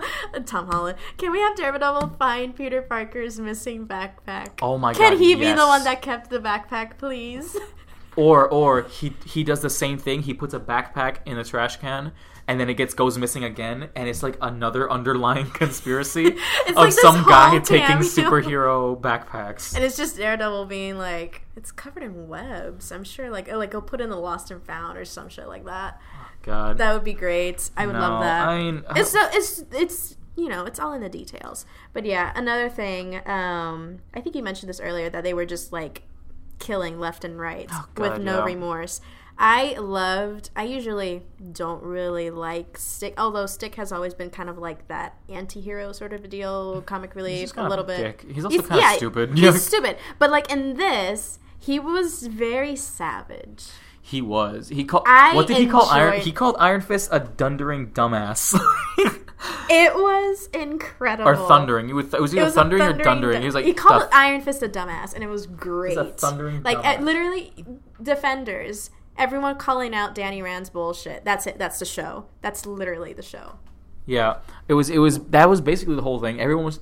[SPEAKER 2] Tom Holland? Can we have Daredevil find Peter Parker's missing backpack?
[SPEAKER 1] Oh my
[SPEAKER 2] Can
[SPEAKER 1] God,
[SPEAKER 2] he be the
[SPEAKER 1] yes.
[SPEAKER 2] one that kept the backpack, please? (laughs)
[SPEAKER 1] Or or he he does the same thing. He puts a backpack in a trash can, and then it gets goes missing again, and it's like another underlying (laughs) conspiracy of
[SPEAKER 2] like this
[SPEAKER 1] some guy
[SPEAKER 2] whole
[SPEAKER 1] taking
[SPEAKER 2] cameo.
[SPEAKER 1] superhero backpacks.
[SPEAKER 2] And it's just Daredevil being like, it's covered in webs. I'm sure, like, oh, like he'll put in the lost and found or some shit like that.
[SPEAKER 1] God,
[SPEAKER 2] That would be great. I would
[SPEAKER 1] no,
[SPEAKER 2] love that.
[SPEAKER 1] I mean, uh,
[SPEAKER 2] it's so it's it's you know it's all in the details. But yeah, another thing. Um, I think you mentioned this earlier that they were just like killing left and right
[SPEAKER 1] Oh, God,
[SPEAKER 2] with no
[SPEAKER 1] yeah.
[SPEAKER 2] remorse. I loved. I usually don't really like Stick, although Stick has always been kind of like that anti-hero sort of a deal, comic relief
[SPEAKER 1] he's
[SPEAKER 2] a
[SPEAKER 1] kind
[SPEAKER 2] little
[SPEAKER 1] of a
[SPEAKER 2] bit.
[SPEAKER 1] dick. He's also kind of stupid. (laughs)
[SPEAKER 2] He's stupid, but like in this, he was very savage.
[SPEAKER 1] he was. He called.
[SPEAKER 2] I
[SPEAKER 1] What did he call Iron?
[SPEAKER 2] enjoyed-
[SPEAKER 1] He called Iron Fist a dundering dumbass. (laughs)
[SPEAKER 2] It was incredible.
[SPEAKER 1] or thundering. It was, it was either
[SPEAKER 2] was a
[SPEAKER 1] thundering, or dundering.
[SPEAKER 2] dun-
[SPEAKER 1] He was like,
[SPEAKER 2] he called
[SPEAKER 1] "The
[SPEAKER 2] Iron Fist a dumbass, and it was great.
[SPEAKER 1] thundering
[SPEAKER 2] like
[SPEAKER 1] dumbass.
[SPEAKER 2] uh, literally defenders. Everyone calling out Danny Rand's bullshit. That's it. That's the show. That's literally the show.
[SPEAKER 1] Yeah, it was. It was. That was basically the whole thing. Everyone was.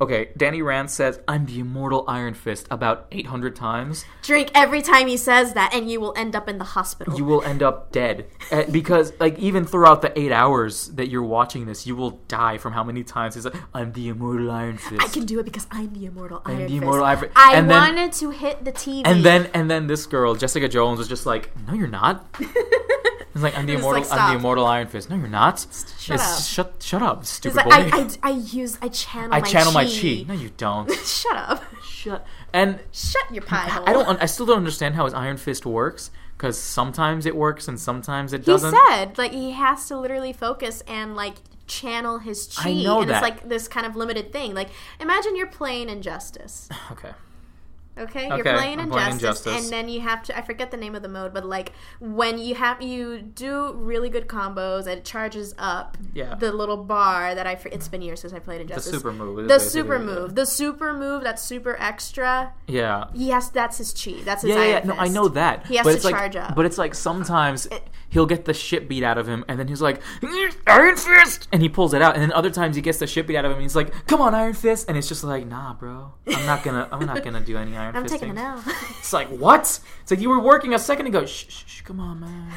[SPEAKER 1] Okay, Danny Rand says, "I'm the immortal Iron Fist" about 800 times.
[SPEAKER 2] Drink every time he says that, and you will end up in the hospital.
[SPEAKER 1] You will end up dead Eh, because, like, even throughout the eight hours that you're watching this, you will die from how many times he's like, "I'm the immortal Iron Fist."
[SPEAKER 2] I can do it because I'm the immortal Iron
[SPEAKER 1] the
[SPEAKER 2] Fist.
[SPEAKER 1] immortal Iron Fist.
[SPEAKER 2] I
[SPEAKER 1] And then-
[SPEAKER 2] wanted to hit the TV.
[SPEAKER 1] and
[SPEAKER 2] (laughs)
[SPEAKER 1] then, and then this girl, Jessica Jones, was just like, "No, you're not." It's like, "I'm the
[SPEAKER 2] Just,
[SPEAKER 1] immortal,
[SPEAKER 2] like,
[SPEAKER 1] I'm
[SPEAKER 2] stop.
[SPEAKER 1] the immortal Iron Fist." No, you're not.
[SPEAKER 2] shut
[SPEAKER 1] It's-
[SPEAKER 2] up.
[SPEAKER 1] Shut, shut up,
[SPEAKER 2] it's
[SPEAKER 1] stupid
[SPEAKER 2] like
[SPEAKER 1] boy.
[SPEAKER 2] I, I, I use I channel.
[SPEAKER 1] I
[SPEAKER 2] my
[SPEAKER 1] channel
[SPEAKER 2] chi.
[SPEAKER 1] my chi. No, you
[SPEAKER 2] (laughs)
[SPEAKER 1] don't.
[SPEAKER 2] Shut up.
[SPEAKER 1] shut. And
[SPEAKER 2] Shut your pie hole.
[SPEAKER 1] I don't. un- I still don't understand how his Iron Fist works because sometimes it works and sometimes it
[SPEAKER 2] He
[SPEAKER 1] doesn't.
[SPEAKER 2] said like he has to literally focus and like channel his chi.
[SPEAKER 1] I know
[SPEAKER 2] and
[SPEAKER 1] that.
[SPEAKER 2] it's like this kind of limited thing. Like imagine you're playing Injustice.
[SPEAKER 1] okay.
[SPEAKER 2] Okay? You're
[SPEAKER 1] Okay,
[SPEAKER 2] playing
[SPEAKER 1] I'm
[SPEAKER 2] Injustice,
[SPEAKER 1] playing Injustice.
[SPEAKER 2] and then you have to I forget the name of the mode, but like when you have you do really good combos and it charges up
[SPEAKER 1] Yeah.
[SPEAKER 2] the little bar that I for, it's been years since I played
[SPEAKER 1] The
[SPEAKER 2] Injustice.
[SPEAKER 1] super move. is
[SPEAKER 2] The
[SPEAKER 1] basically
[SPEAKER 2] super
[SPEAKER 1] the-
[SPEAKER 2] move. The super move that's super extra.
[SPEAKER 1] Yeah.
[SPEAKER 2] Yes, that's his chi. That's his
[SPEAKER 1] Yeah, yeah,
[SPEAKER 2] Iron
[SPEAKER 1] yeah. no, I
[SPEAKER 2] Fist.
[SPEAKER 1] know that.
[SPEAKER 2] He has
[SPEAKER 1] but
[SPEAKER 2] to
[SPEAKER 1] it's like,
[SPEAKER 2] charge up.
[SPEAKER 1] But it's like sometimes he'll get the shit beat out of him, and then he's like, "Mm, Iron Fist, and he pulls it out. And then other times he gets the shit beat out of him, and he's like, Come on, Iron Fist, and it's just like, Nah, bro, I'm not gonna, I'm not gonna do any Iron
[SPEAKER 2] (laughs) I'm
[SPEAKER 1] Fist.
[SPEAKER 2] taking an
[SPEAKER 1] things."
[SPEAKER 2] L.
[SPEAKER 1] It's
[SPEAKER 2] (laughs)
[SPEAKER 1] like what? It's like you were working a second ago. Shh, shh, shh, come on, man.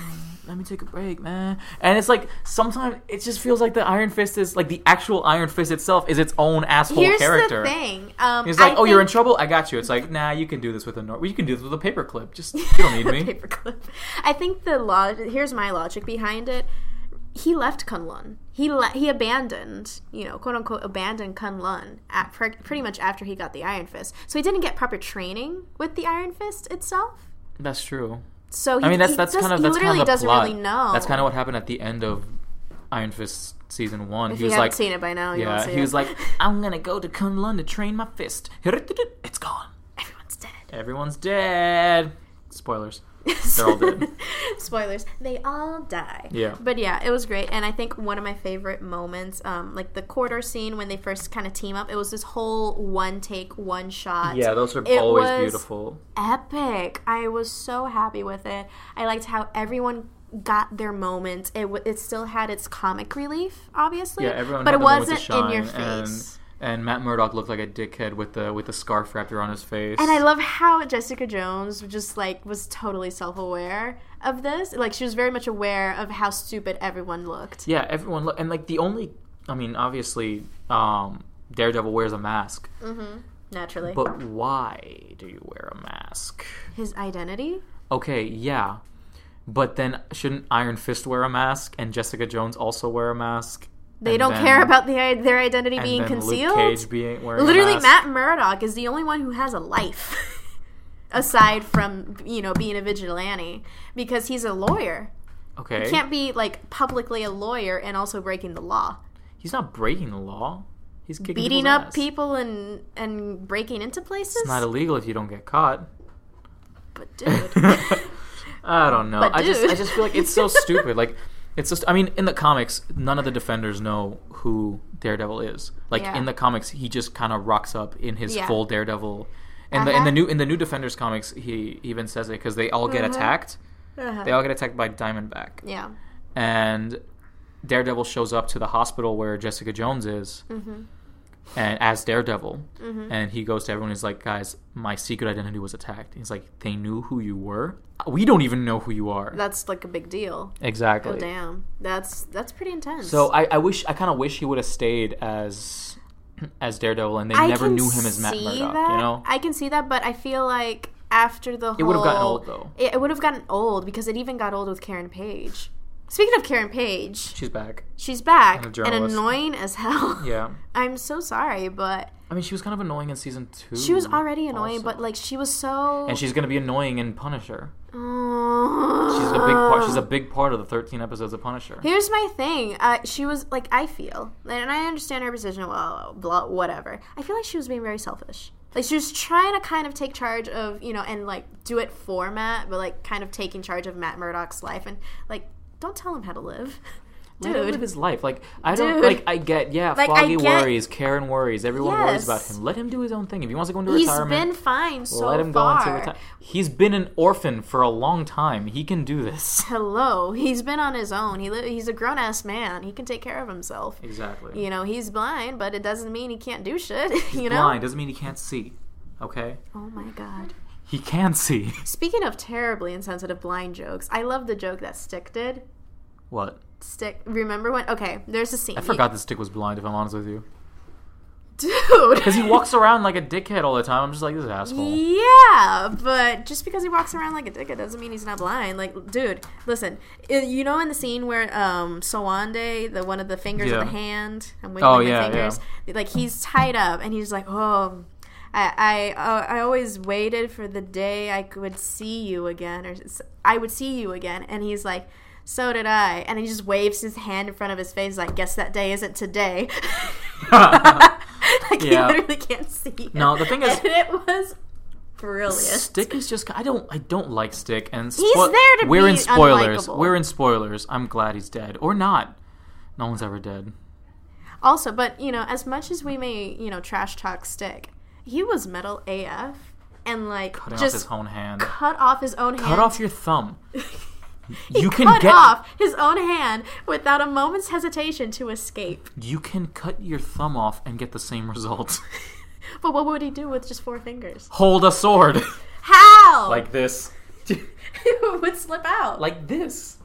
[SPEAKER 1] Let me take a break, man. And it's like sometimes it just feels like the Iron Fist is like the actual Iron Fist itself is its own asshole
[SPEAKER 2] Here's
[SPEAKER 1] character.
[SPEAKER 2] the thing. Um,
[SPEAKER 1] He's like,
[SPEAKER 2] I
[SPEAKER 1] oh, you're in
[SPEAKER 2] think-
[SPEAKER 1] trouble. I got you. It's like, nah, you can do this with a nor- well, you can do this with a paperclip.
[SPEAKER 2] (laughs)
[SPEAKER 1] Just you don't need me.
[SPEAKER 2] paperclip. I think the log. Here's my logic behind it. He left Kunlun. He le- he abandoned, you know, quote unquote, abandoned Kunlun at pre- pretty much after he got the Iron Fist. So he didn't get proper training with the Iron Fist itself.
[SPEAKER 1] That's true.
[SPEAKER 2] So he,
[SPEAKER 1] I mean, that's
[SPEAKER 2] he
[SPEAKER 1] that's
[SPEAKER 2] does-
[SPEAKER 1] kind of
[SPEAKER 2] he
[SPEAKER 1] that's
[SPEAKER 2] literally
[SPEAKER 1] kind of the
[SPEAKER 2] doesn't
[SPEAKER 1] plot.
[SPEAKER 2] really know.
[SPEAKER 1] That's kind of what happened at the end of Iron Fist season one.
[SPEAKER 2] If
[SPEAKER 1] he
[SPEAKER 2] you
[SPEAKER 1] was
[SPEAKER 2] haven't
[SPEAKER 1] like,
[SPEAKER 2] seen it by now, you won't
[SPEAKER 1] yeah,
[SPEAKER 2] see
[SPEAKER 1] he was
[SPEAKER 2] it.
[SPEAKER 1] like, I'm gonna go to Kunlun to train my fist. It's gone.
[SPEAKER 2] (laughs) everyone's dead.
[SPEAKER 1] Everyone's dead. Spoilers. They're all dead.
[SPEAKER 2] (laughs) Spoilers. They all die.
[SPEAKER 1] Yeah.
[SPEAKER 2] But yeah, it was great. And I think one of my favorite moments, um, like the corridor scene when they first kind of team up, it was this whole one take, one shot.
[SPEAKER 1] Yeah, those are
[SPEAKER 2] It
[SPEAKER 1] always
[SPEAKER 2] was
[SPEAKER 1] beautiful.
[SPEAKER 2] Epic. I was so happy with it. I liked how everyone got their moment. It, w- it still had its comic relief, obviously.
[SPEAKER 1] Yeah, everyone.
[SPEAKER 2] But
[SPEAKER 1] had
[SPEAKER 2] it
[SPEAKER 1] the moment to
[SPEAKER 2] wasn't in your
[SPEAKER 1] shine, and-
[SPEAKER 2] face.
[SPEAKER 1] And Matt Murdock looked like a dickhead with the with the scarf wrapped around his face.
[SPEAKER 2] And I love how Jessica Jones just like was totally self aware of this. Like she was very much aware of how stupid everyone looked.
[SPEAKER 1] Yeah, everyone look and like the only. I mean, obviously, um, Daredevil wears a mask,
[SPEAKER 2] Naturally.
[SPEAKER 1] but why do you wear a mask?
[SPEAKER 2] His identity?
[SPEAKER 1] Okay, yeah, but then shouldn't Iron Fist wear a mask and Jessica Jones also wear a mask?
[SPEAKER 2] They
[SPEAKER 1] And
[SPEAKER 2] don't
[SPEAKER 1] then-
[SPEAKER 2] care about the, their identity
[SPEAKER 1] and
[SPEAKER 2] being
[SPEAKER 1] then
[SPEAKER 2] concealed.
[SPEAKER 1] Luke Cage being wearing a
[SPEAKER 2] Literally,
[SPEAKER 1] mask.
[SPEAKER 2] Matt Murdock is the only one who has a life (laughs) aside from you know being a vigilante because he's a lawyer.
[SPEAKER 1] Okay,
[SPEAKER 2] Can't be like publicly a lawyer and also breaking the law,
[SPEAKER 1] he's not breaking the law. He's kicking
[SPEAKER 2] beating
[SPEAKER 1] people's
[SPEAKER 2] up
[SPEAKER 1] ass.
[SPEAKER 2] people and and breaking into places.
[SPEAKER 1] It's not illegal if you don't get caught.
[SPEAKER 2] but dude.
[SPEAKER 1] (laughs)
[SPEAKER 2] (laughs)
[SPEAKER 1] I don't know.
[SPEAKER 2] But
[SPEAKER 1] I just
[SPEAKER 2] dude.
[SPEAKER 1] I just feel like
[SPEAKER 2] (laughs)
[SPEAKER 1] it's so stupid. Like it's just I mean, in the comics, none of the defenders know who Daredevil is. Like
[SPEAKER 2] Yeah.
[SPEAKER 1] in the comics, he just kind of rocks up in his
[SPEAKER 2] Yeah.
[SPEAKER 1] full Daredevil. And the in
[SPEAKER 2] Uh-huh.
[SPEAKER 1] the new in the new Defenders comics, he even says it because they all get
[SPEAKER 2] Uh-huh.
[SPEAKER 1] attacked.
[SPEAKER 2] Uh-huh.
[SPEAKER 1] They all get attacked by Diamondback,
[SPEAKER 2] Yeah.
[SPEAKER 1] and Daredevil shows up to the hospital where Jessica Jones is,
[SPEAKER 2] Mm-hmm.
[SPEAKER 1] and as Daredevil, and he goes to everyone. He's like, "Guys, my secret identity was attacked." He's like, "They knew who you were. We don't even know who you are."
[SPEAKER 2] That's like a big deal.
[SPEAKER 1] Exactly.
[SPEAKER 2] Oh damn. That's that's pretty intense.
[SPEAKER 1] So I, I wish I kind of wish he would have stayed as as Daredevil, and they
[SPEAKER 2] I
[SPEAKER 1] never
[SPEAKER 2] can
[SPEAKER 1] knew him as Matt
[SPEAKER 2] see
[SPEAKER 1] Murdock.
[SPEAKER 2] That.
[SPEAKER 1] You know,
[SPEAKER 2] I can see that, but I feel like after the
[SPEAKER 1] it
[SPEAKER 2] whole
[SPEAKER 1] would have gotten old though.
[SPEAKER 2] It, would have gotten old because it even got old with Karen Page. Speaking of Karen Page,
[SPEAKER 1] She's back.
[SPEAKER 2] she's back
[SPEAKER 1] And a
[SPEAKER 2] and,
[SPEAKER 1] journalist.
[SPEAKER 2] annoying as hell.
[SPEAKER 1] (laughs) Yeah,
[SPEAKER 2] I'm so sorry, but
[SPEAKER 1] I mean, she was kind of annoying in season two.
[SPEAKER 2] she was already annoying,
[SPEAKER 1] also.
[SPEAKER 2] but like she was so. (laughs)
[SPEAKER 1] and she's gonna be annoying in Punisher.
[SPEAKER 2] she's
[SPEAKER 1] She's a
[SPEAKER 2] (gasps)
[SPEAKER 1] big part. She's a big part of the thirteen episodes of Punisher.
[SPEAKER 2] Here's my thing. Uh, she was like, I feel, and I understand her position. Well, blah, whatever. I feel like she was being very selfish. Like she was trying to kind of take charge of, you know, and like do it for Matt, but like kind of taking charge of Matt Murdock's life and like don't tell him how to live,
[SPEAKER 1] (laughs) Let him
[SPEAKER 2] dude.
[SPEAKER 1] live his life. Like I don't
[SPEAKER 2] Dude.
[SPEAKER 1] like. I get yeah.
[SPEAKER 2] Like, I
[SPEAKER 1] Foggy
[SPEAKER 2] get-
[SPEAKER 1] worries. Karen worries. Everyone worries
[SPEAKER 2] Yes.
[SPEAKER 1] about him. Let him do his own thing. If he wants to go into
[SPEAKER 2] He's
[SPEAKER 1] retirement,
[SPEAKER 2] been fine so
[SPEAKER 1] let him
[SPEAKER 2] far.
[SPEAKER 1] go into retirement. He's been an orphan for a long time. He can do this.
[SPEAKER 2] Hello, he's been on his own. He li- he's a grown ass man. He can take care of himself.
[SPEAKER 1] Exactly.
[SPEAKER 2] You know, he's blind, but it doesn't mean he can't do shit. (laughs) you know.
[SPEAKER 1] blind doesn't mean he can't see. Okay,
[SPEAKER 2] Oh my god.
[SPEAKER 1] he can see. (laughs)
[SPEAKER 2] Speaking of terribly insensitive blind jokes, I love the joke that Stick did.
[SPEAKER 1] what?
[SPEAKER 2] Stick, remember when? Okay, there's a scene.
[SPEAKER 1] I forgot this dick was blind. If I'm honest with you,
[SPEAKER 2] (laughs)
[SPEAKER 1] (laughs)
[SPEAKER 2] dude.
[SPEAKER 1] because he walks around like a dickhead all the time. I'm just like this asshole.
[SPEAKER 2] Yeah, but just because he walks around like a dickhead doesn't mean he's not blind. Like, dude, listen. i- You know, in the scene where um Sawande, the one of the fingers
[SPEAKER 1] Yeah.
[SPEAKER 2] of the hand, I'm wiggling
[SPEAKER 1] Oh,
[SPEAKER 2] my
[SPEAKER 1] yeah,
[SPEAKER 2] fingers. Like he's tied up, and he's like, oh. I I, uh, I always waited for the day I could see you again, or s- I would see you again. And he's like, "So did I." And he just waves his hand in front of his face, like, "Guess that day
[SPEAKER 1] (laughs)
[SPEAKER 2] isn't today." (laughs) like
[SPEAKER 1] Yeah.
[SPEAKER 2] you literally can't see. It.
[SPEAKER 1] No, the thing is-
[SPEAKER 2] (laughs) And it was brilliant.
[SPEAKER 1] Stick is just I don't I don't like Stick and
[SPEAKER 2] He's
[SPEAKER 1] spoil-
[SPEAKER 2] there to
[SPEAKER 1] we're in
[SPEAKER 2] be
[SPEAKER 1] spoilers.
[SPEAKER 2] unlikable.
[SPEAKER 1] We're in spoilers. I'm glad he's dead or not. No one's ever dead.
[SPEAKER 2] Also, but you know, as much as we may you know trash talk stick, he was metal AF and like
[SPEAKER 1] Cutting off
[SPEAKER 2] just
[SPEAKER 1] his own hand.
[SPEAKER 2] cut off his own hand.
[SPEAKER 1] Cut
[SPEAKER 2] (laughs)
[SPEAKER 1] off your thumb.
[SPEAKER 2] He
[SPEAKER 1] you can
[SPEAKER 2] cut
[SPEAKER 1] get
[SPEAKER 2] off his own hand without a moment's hesitation to escape.
[SPEAKER 1] you can cut your thumb off and get the same result. (laughs)
[SPEAKER 2] But what would he do with just four fingers?
[SPEAKER 1] Hold a sword (laughs)
[SPEAKER 2] How? (laughs)
[SPEAKER 1] like this. (laughs)
[SPEAKER 2] it would slip out.
[SPEAKER 1] like this.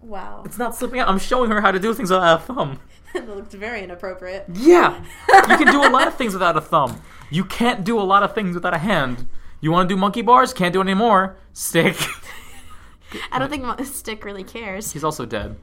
[SPEAKER 2] wow, (laughs)
[SPEAKER 1] It's not slipping out. I'm showing her how to do things without a thumb.
[SPEAKER 2] that looked very
[SPEAKER 1] (laughs)
[SPEAKER 2] inappropriate.
[SPEAKER 1] Yeah. You can do a lot of things without a thumb. You can't do a lot of things without a hand. You want to do monkey bars? Can't do it anymore. Stick. (laughs)
[SPEAKER 2] I don't think Mo- Stick really cares.
[SPEAKER 1] He's also dead.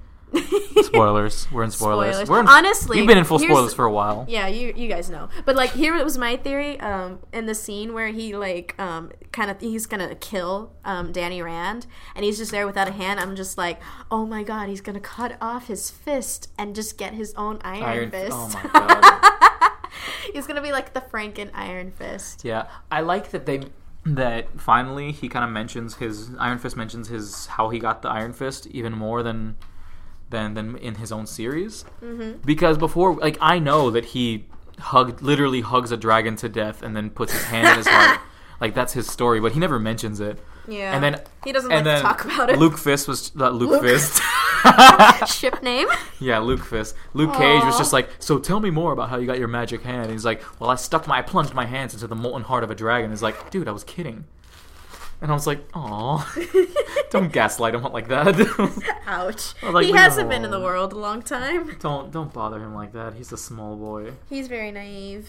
[SPEAKER 1] Spoilers. We're in spoilers.
[SPEAKER 2] Spoilers.
[SPEAKER 1] We're in,
[SPEAKER 2] Honestly,
[SPEAKER 1] we've been in full
[SPEAKER 2] here's-
[SPEAKER 1] spoilers for a while.
[SPEAKER 2] Yeah, you you guys know. But like here it was my theory um in the scene where he like um kind of he's going to kill um Danny Rand and he's just there without a hand. I'm just like, "Oh my god, he's going to cut off his fist and just get his own iron,
[SPEAKER 1] Iron Fist.
[SPEAKER 2] fist."
[SPEAKER 1] Oh my
[SPEAKER 2] (laughs)
[SPEAKER 1] god.
[SPEAKER 2] he's going to be like the Franken iron fist.
[SPEAKER 1] yeah, I like that they that finally he kind of mentions his Iron Fist mentions his how he got the Iron Fist even more than than than in his own series
[SPEAKER 2] Mm-hmm.
[SPEAKER 1] because before like I know that he hugged literally hugs a dragon to death and then puts his hand in his
[SPEAKER 2] (laughs)
[SPEAKER 1] heart like that's his story but he never mentions it
[SPEAKER 2] Yeah.
[SPEAKER 1] and then
[SPEAKER 2] he doesn't
[SPEAKER 1] and
[SPEAKER 2] like
[SPEAKER 1] then
[SPEAKER 2] to talk about it.
[SPEAKER 1] Luke Fist was uh, Luke,
[SPEAKER 2] Luke.
[SPEAKER 1] Fist
[SPEAKER 2] (laughs)
[SPEAKER 1] (laughs)
[SPEAKER 2] Ship name.
[SPEAKER 1] yeah Luke Fist Luke Cage was
[SPEAKER 2] Aw.
[SPEAKER 1] just like so tell me more about how you got your magic hand and he's like well I stuck my I plunged my hands into the molten heart of a dragon he's like dude I was kidding and I was like aw. (laughs) (laughs) Don't gaslight him like that. (laughs)
[SPEAKER 2] Ouch.
[SPEAKER 1] Well, like,
[SPEAKER 2] he
[SPEAKER 1] we
[SPEAKER 2] hasn't
[SPEAKER 1] know.
[SPEAKER 2] been in the world a long time.
[SPEAKER 1] don't don't bother him like that. He's a small boy.
[SPEAKER 2] He's very naive.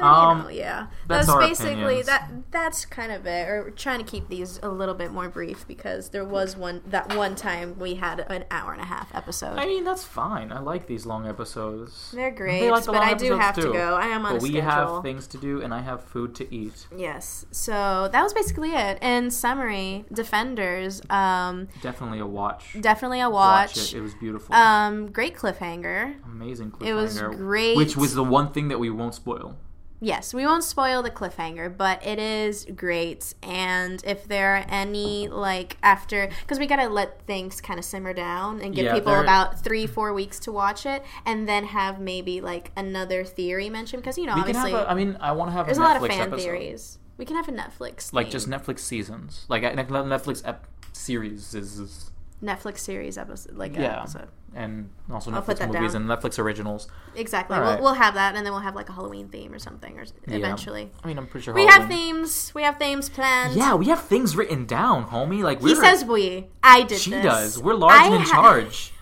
[SPEAKER 2] But,
[SPEAKER 1] Um,
[SPEAKER 2] you know, yeah.
[SPEAKER 1] that's
[SPEAKER 2] That's,
[SPEAKER 1] our
[SPEAKER 2] basically
[SPEAKER 1] opinions.
[SPEAKER 2] that. That's kind of it. Or we're trying to keep these a little bit more brief because there was one that one time we had an hour and a half episode.
[SPEAKER 1] I mean, that's fine. I like these long episodes.
[SPEAKER 2] They're great,
[SPEAKER 1] They like the
[SPEAKER 2] but
[SPEAKER 1] long
[SPEAKER 2] I do
[SPEAKER 1] episodes,
[SPEAKER 2] have
[SPEAKER 1] too.
[SPEAKER 2] to go. I am on
[SPEAKER 1] But
[SPEAKER 2] a
[SPEAKER 1] we
[SPEAKER 2] schedule.
[SPEAKER 1] have things to do, and I have food to eat.
[SPEAKER 2] yes. So that was basically it. In summary, Defenders. Um,
[SPEAKER 1] Definitely a watch.
[SPEAKER 2] definitely a watch.
[SPEAKER 1] it. It was beautiful.
[SPEAKER 2] Um, great cliffhanger.
[SPEAKER 1] Amazing cliffhanger.
[SPEAKER 2] it was great.
[SPEAKER 1] Which was the one thing that we won't spoil.
[SPEAKER 2] Yes, we won't spoil the cliffhanger, but it is great. And if there are any, like, after, because we gotta let things kind of simmer down and give
[SPEAKER 1] Yeah,
[SPEAKER 2] people
[SPEAKER 1] there-
[SPEAKER 2] about three, four weeks to watch it, and then have maybe, like, another theory mentioned, because, you know,
[SPEAKER 1] We can
[SPEAKER 2] obviously,
[SPEAKER 1] have. A, I mean, I want to have
[SPEAKER 2] there's
[SPEAKER 1] a
[SPEAKER 2] a
[SPEAKER 1] Netflix
[SPEAKER 2] lot of fan
[SPEAKER 1] episode.
[SPEAKER 2] theories. We can have a Netflix.
[SPEAKER 1] Like
[SPEAKER 2] thing.
[SPEAKER 1] just Netflix seasons, like a- like Netflix ep- series is, is-
[SPEAKER 2] Netflix series episode. Like,
[SPEAKER 1] Yeah.
[SPEAKER 2] yeah. episode.
[SPEAKER 1] and also
[SPEAKER 2] I'll put
[SPEAKER 1] Netflix
[SPEAKER 2] that
[SPEAKER 1] movies and
[SPEAKER 2] down.
[SPEAKER 1] Netflix originals.
[SPEAKER 2] Exactly.
[SPEAKER 1] All
[SPEAKER 2] We'll,
[SPEAKER 1] right.
[SPEAKER 2] we'll have that, and then we'll have, like, a Halloween theme or something, or s
[SPEAKER 1] Yeah.
[SPEAKER 2] eventually.
[SPEAKER 1] I mean, I'm pretty sure
[SPEAKER 2] We
[SPEAKER 1] Halloween-
[SPEAKER 2] have themes. We have themes planned.
[SPEAKER 1] Yeah, we have things written down, homie. Like
[SPEAKER 2] He
[SPEAKER 1] we're,
[SPEAKER 2] says we. I did
[SPEAKER 1] she
[SPEAKER 2] this.
[SPEAKER 1] does. We're large and
[SPEAKER 2] I
[SPEAKER 1] in
[SPEAKER 2] ha-
[SPEAKER 1] charge.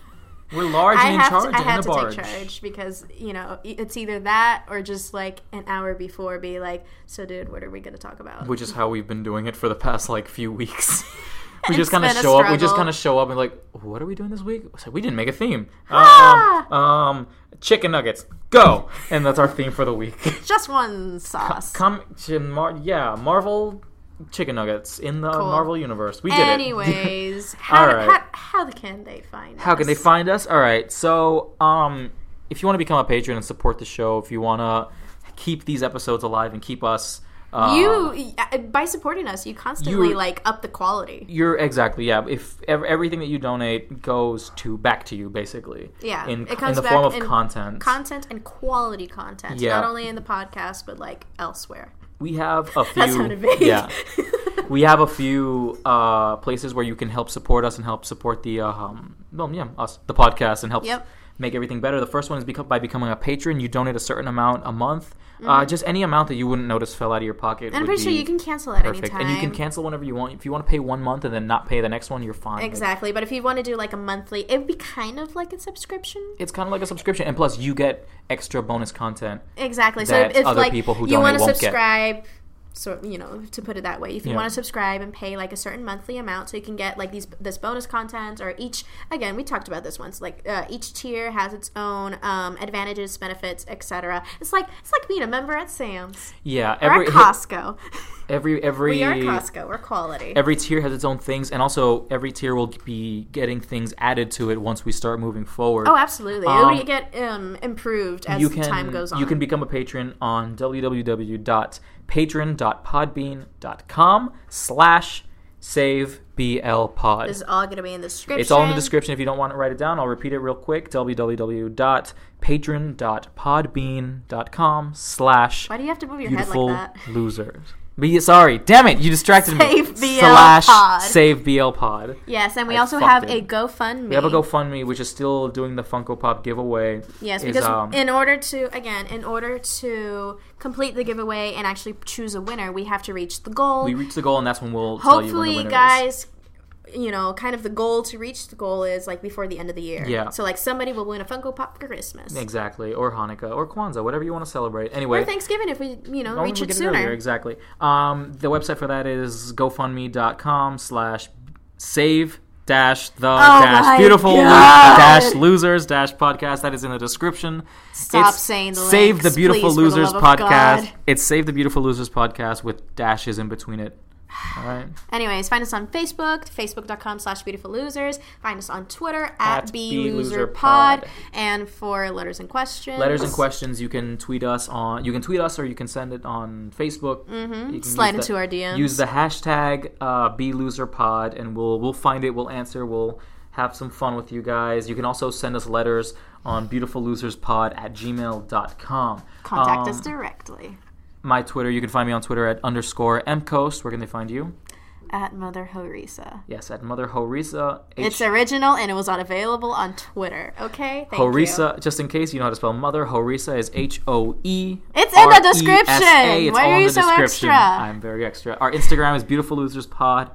[SPEAKER 1] We're large
[SPEAKER 2] I
[SPEAKER 1] and in
[SPEAKER 2] have
[SPEAKER 1] charge
[SPEAKER 2] to, I
[SPEAKER 1] and in
[SPEAKER 2] had
[SPEAKER 1] the
[SPEAKER 2] to
[SPEAKER 1] barge.
[SPEAKER 2] take charge because you know e- it's either that or just like an hour before be like, so dude, what are we gonna talk about?
[SPEAKER 1] Which is how we've been doing it for the past like few weeks. (laughs) We
[SPEAKER 2] It's
[SPEAKER 1] just kind of
[SPEAKER 2] been a
[SPEAKER 1] show up. We just
[SPEAKER 2] struggle.
[SPEAKER 1] kind of show up and like, what are we doing this week? It's like, we didn't make a
[SPEAKER 2] (laughs)
[SPEAKER 1] theme.
[SPEAKER 2] Ah!
[SPEAKER 1] Um, um, chicken nuggets, go, and that's our theme for the week. (laughs)
[SPEAKER 2] just one sauce.
[SPEAKER 1] Come, to Mar- yeah, Marvel chicken nuggets in the
[SPEAKER 2] Cool.
[SPEAKER 1] Marvel universe. We did it.
[SPEAKER 2] Anyways, how,
[SPEAKER 1] All right.
[SPEAKER 2] how how can they
[SPEAKER 1] (laughs)
[SPEAKER 2] find
[SPEAKER 1] How can they
[SPEAKER 2] us?
[SPEAKER 1] find us? All right. So, um, if you want to become a patron and support the show, if you want to keep these episodes alive and keep us, uh,
[SPEAKER 2] you y- by supporting us? You constantly
[SPEAKER 1] you-
[SPEAKER 2] like up the quality.
[SPEAKER 1] you're exactly yeah. If ev- everything that you donate goes to back to you, basically,
[SPEAKER 2] Yeah,
[SPEAKER 1] in,
[SPEAKER 2] it comes
[SPEAKER 1] in the
[SPEAKER 2] back
[SPEAKER 1] form of
[SPEAKER 2] in
[SPEAKER 1] content.
[SPEAKER 2] Content and quality content,
[SPEAKER 1] Yeah.
[SPEAKER 2] not only in the podcast but like elsewhere.
[SPEAKER 1] we have
[SPEAKER 2] (laughs)
[SPEAKER 1] a few.
[SPEAKER 2] That sounded vague. (laughs)
[SPEAKER 1] Yeah. we have a few uh, places where you can help support us and help support the uh, um, well, yeah, us, the podcast, and help
[SPEAKER 2] Yep.
[SPEAKER 1] make everything better. The first one is become, by becoming a patron. You donate a certain amount a month, uh, just any amount that you wouldn't notice fell out of your pocket.
[SPEAKER 2] Mm-hmm. and I'm
[SPEAKER 1] would
[SPEAKER 2] pretty sure
[SPEAKER 1] be
[SPEAKER 2] you can cancel at
[SPEAKER 1] perfect,
[SPEAKER 2] any time.
[SPEAKER 1] and you can cancel whenever you want. If you want to pay one month and then not pay the next one, you're fine. Like,
[SPEAKER 2] Exactly, but if you want to do like a monthly, it would be kind of like a subscription.
[SPEAKER 1] it's kind of like a subscription, and plus you get extra bonus content.
[SPEAKER 2] Exactly. So
[SPEAKER 1] that
[SPEAKER 2] if
[SPEAKER 1] other
[SPEAKER 2] like
[SPEAKER 1] people who
[SPEAKER 2] you
[SPEAKER 1] donate
[SPEAKER 2] want to
[SPEAKER 1] won't get.
[SPEAKER 2] subscribe, so you know to put it that way, if you
[SPEAKER 1] Yeah.
[SPEAKER 2] want to subscribe and pay like a certain monthly amount, so you can get like these this bonus content or each again we talked about this once. Like uh, each tier has its own um, advantages, benefits, etc. It's like it's like being a member at Sam's
[SPEAKER 1] Yeah,
[SPEAKER 2] or
[SPEAKER 1] every (laughs)
[SPEAKER 2] at Costco. (laughs)
[SPEAKER 1] every every
[SPEAKER 2] we are at Costco. We're quality.
[SPEAKER 1] every tier has its own things, and also every tier will be getting things added to it once we start moving forward.
[SPEAKER 2] Oh, absolutely.
[SPEAKER 1] Um,
[SPEAKER 2] it would get um, improved as
[SPEAKER 1] you can
[SPEAKER 2] time goes on.
[SPEAKER 1] you can become a patron on www.patron.podbean.com slash save BL pod.
[SPEAKER 2] This is all going to be in the description.
[SPEAKER 1] It's all in the description. If you don't want to write it down, I'll repeat it real quick. www.patron.podbean.com slash
[SPEAKER 2] Why do you have to move your
[SPEAKER 1] beautiful
[SPEAKER 2] head like that?
[SPEAKER 1] losers. Be sorry, damn it! You distracted me.
[SPEAKER 2] Save BL
[SPEAKER 1] slash
[SPEAKER 2] pod.
[SPEAKER 1] save BL pod.
[SPEAKER 2] Yes, and we
[SPEAKER 1] I
[SPEAKER 2] also
[SPEAKER 1] fucked
[SPEAKER 2] have
[SPEAKER 1] it.
[SPEAKER 2] a GoFundMe.
[SPEAKER 1] We have a GoFundMe, which is still doing the Funko Pop giveaway.
[SPEAKER 2] Yes,
[SPEAKER 1] Is,
[SPEAKER 2] because
[SPEAKER 1] um,
[SPEAKER 2] in order to again, in order to complete the giveaway and actually choose a winner, we have to reach the goal.
[SPEAKER 1] we reach the goal, and that's when we'll tell you
[SPEAKER 2] Hopefully,
[SPEAKER 1] when the winner is.
[SPEAKER 2] guys, you know, kind of the goal to reach the goal is like before the end of the year.
[SPEAKER 1] Yeah.
[SPEAKER 2] So like somebody will win a Funko Pop for Christmas
[SPEAKER 1] Exactly, or Hanukkah, or Kwanzaa, whatever you want to celebrate. Anyway,
[SPEAKER 2] or Thanksgiving if we you know
[SPEAKER 1] Only
[SPEAKER 2] reach
[SPEAKER 1] we
[SPEAKER 2] it
[SPEAKER 1] get earlier,
[SPEAKER 2] sooner.
[SPEAKER 1] exactly. Um, the website for that is gofundme.com slash save dash the dash
[SPEAKER 2] Oh my
[SPEAKER 1] beautiful lo-
[SPEAKER 2] God.
[SPEAKER 1] dash losers dash podcast. That is in the description.
[SPEAKER 2] Stop saying the
[SPEAKER 1] Save
[SPEAKER 2] links,
[SPEAKER 1] the Beautiful
[SPEAKER 2] please, for the
[SPEAKER 1] Losers
[SPEAKER 2] love of
[SPEAKER 1] podcast.
[SPEAKER 2] God.
[SPEAKER 1] It's Save the Beautiful Losers podcast with dashes in between it. All right.
[SPEAKER 2] Anyways, find us on Facebook, facebook.com slash beautiful losers. Find us on Twitter at,
[SPEAKER 1] At
[SPEAKER 2] BLoserPod.
[SPEAKER 1] BLoserPod.
[SPEAKER 2] And for letters and questions.
[SPEAKER 1] Letters and questions. You can tweet us on. You can tweet us, or you can send it on Facebook. Mm-hmm.
[SPEAKER 2] Slide into our DMs.
[SPEAKER 1] Use the hashtag uh, BLoserPod, and we'll we'll find it. We'll answer. We'll have some fun with you guys. You can also send us letters on beautifulloserspod at gmail.com.
[SPEAKER 2] Contact
[SPEAKER 1] Um,
[SPEAKER 2] us directly
[SPEAKER 1] My Twitter, you can find me on Twitter at underscore mcoast. Where can they find you?
[SPEAKER 2] at Mother Horisa.
[SPEAKER 1] Yes, at Mother Horisa. H-
[SPEAKER 2] It's original and it was not available on Twitter. Okay, thank you.
[SPEAKER 1] Horisa, just in case you know how to spell mother, Horisa is H O E.
[SPEAKER 2] It's in the
[SPEAKER 1] R E S A.
[SPEAKER 2] description.
[SPEAKER 1] It's
[SPEAKER 2] Why
[SPEAKER 1] all
[SPEAKER 2] are
[SPEAKER 1] in
[SPEAKER 2] you
[SPEAKER 1] the
[SPEAKER 2] so
[SPEAKER 1] description.
[SPEAKER 2] extra?
[SPEAKER 1] I'm very extra. Our Instagram is Beautiful Losers Pod.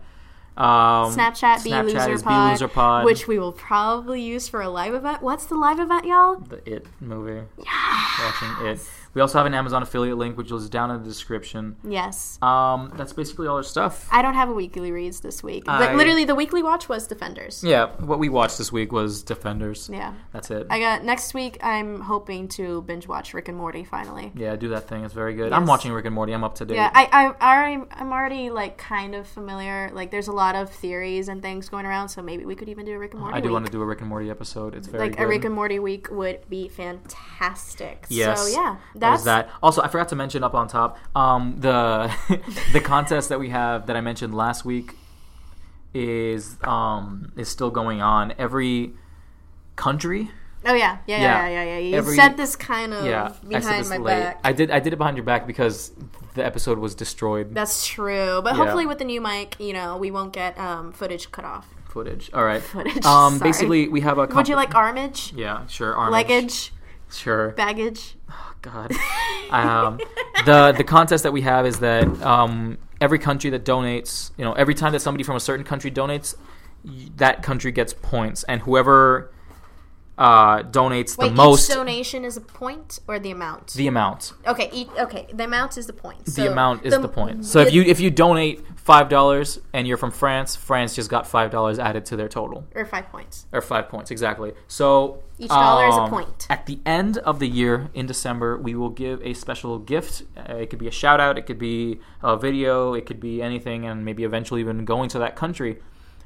[SPEAKER 1] Um,
[SPEAKER 2] Snapchat,
[SPEAKER 1] Snapchat
[SPEAKER 2] BLoserPod,
[SPEAKER 1] is BLoserPod.
[SPEAKER 2] which we will probably use for a live event. What's the live event, y'all?
[SPEAKER 1] the It movie. Watching It. We also have an Amazon affiliate link, which is down in the description.
[SPEAKER 2] Yes.
[SPEAKER 1] Um, that's basically all our stuff.
[SPEAKER 2] I don't have a weekly reads this week.
[SPEAKER 1] I-
[SPEAKER 2] But literally, the weekly watch was Defenders.
[SPEAKER 1] yeah, what we watched this week was Defenders.
[SPEAKER 2] Yeah.
[SPEAKER 1] That's it.
[SPEAKER 2] I got next week. I'm hoping to binge watch Rick and Morty finally.
[SPEAKER 1] yeah, do that thing. It's very good. I'm
[SPEAKER 2] Yes.
[SPEAKER 1] watching Rick and Morty. I'm up to date.
[SPEAKER 2] Yeah, I, I, I already, I'm already like kind of familiar. Like, there's a lot of theories and things going around, so maybe we could even do a Rick and Morty.
[SPEAKER 1] I do
[SPEAKER 2] week.
[SPEAKER 1] want to do a Rick and Morty episode. It's very
[SPEAKER 2] like
[SPEAKER 1] good.
[SPEAKER 2] a Rick and Morty week would be fantastic.
[SPEAKER 1] Yes.
[SPEAKER 2] So yeah,
[SPEAKER 1] There's
[SPEAKER 2] that's
[SPEAKER 1] that. Also, I forgot to mention up on top um, the (laughs) the contest that we have that I mentioned last week is um, is still going on. Every country,
[SPEAKER 2] Oh yeah, yeah,
[SPEAKER 1] Yeah.
[SPEAKER 2] yeah, yeah, yeah. yeah. You
[SPEAKER 1] Every-
[SPEAKER 2] said this kind of
[SPEAKER 1] yeah, I said
[SPEAKER 2] behind
[SPEAKER 1] this
[SPEAKER 2] my
[SPEAKER 1] late.
[SPEAKER 2] back.
[SPEAKER 1] I did I did it behind your back because the episode was destroyed.
[SPEAKER 2] That's true, but
[SPEAKER 1] Yeah.
[SPEAKER 2] hopefully with the new mic, you know, we won't get um, footage cut off. (laughs)
[SPEAKER 1] footage. All right.
[SPEAKER 2] Footage,
[SPEAKER 1] um,
[SPEAKER 2] (laughs) sorry.
[SPEAKER 1] basically, we have a.
[SPEAKER 2] Would you
[SPEAKER 1] comp-
[SPEAKER 2] like armage,
[SPEAKER 1] Yeah, sure. Armitage.
[SPEAKER 2] luggage,
[SPEAKER 1] Sure.
[SPEAKER 2] baggage?
[SPEAKER 1] God. um, the the contest that we have is that um, every country that donates, you know, every time that somebody from a certain country donates, y- that country gets points, and whoever uh, donates
[SPEAKER 2] Wait,
[SPEAKER 1] the most,
[SPEAKER 2] each donation is a point or the amount?
[SPEAKER 1] the amount,
[SPEAKER 2] okay, each, okay, the amount is the point.
[SPEAKER 1] the amount is the, point. So if you if you donate five dollars and you're from France, France just got five dollars added to their total.
[SPEAKER 2] or five points.
[SPEAKER 1] Or five points, exactly. So
[SPEAKER 2] Each dollar is a
[SPEAKER 1] um,
[SPEAKER 2] point.
[SPEAKER 1] At the end of the year, in December, we will give a special gift. Uh, it could be a shout out, it could be a video, it could be anything, and maybe eventually even going to that country,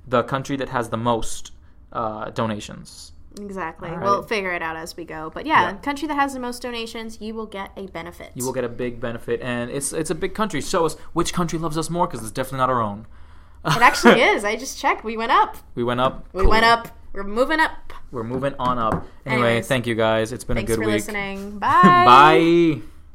[SPEAKER 1] the country that has the most uh, donations.
[SPEAKER 2] Exactly.
[SPEAKER 1] All
[SPEAKER 2] We'll
[SPEAKER 1] right.
[SPEAKER 2] figure it out as we go. But yeah,
[SPEAKER 1] Yeah.
[SPEAKER 2] country that has the most donations, you will get a benefit.
[SPEAKER 1] You will get a big benefit, and it's it's a big country. Show us which country loves us more, because it's definitely not our own.
[SPEAKER 2] it
[SPEAKER 1] (laughs)
[SPEAKER 2] actually is. I just checked. We went up.
[SPEAKER 1] We went up.
[SPEAKER 2] We
[SPEAKER 1] cool.
[SPEAKER 2] went up. We're moving up.
[SPEAKER 1] We're moving on up. Anyway,
[SPEAKER 2] Anyways.
[SPEAKER 1] thank you guys. It's been
[SPEAKER 2] Thanks
[SPEAKER 1] a good
[SPEAKER 2] for
[SPEAKER 1] week. (laughs)
[SPEAKER 2] listening.
[SPEAKER 1] Bye.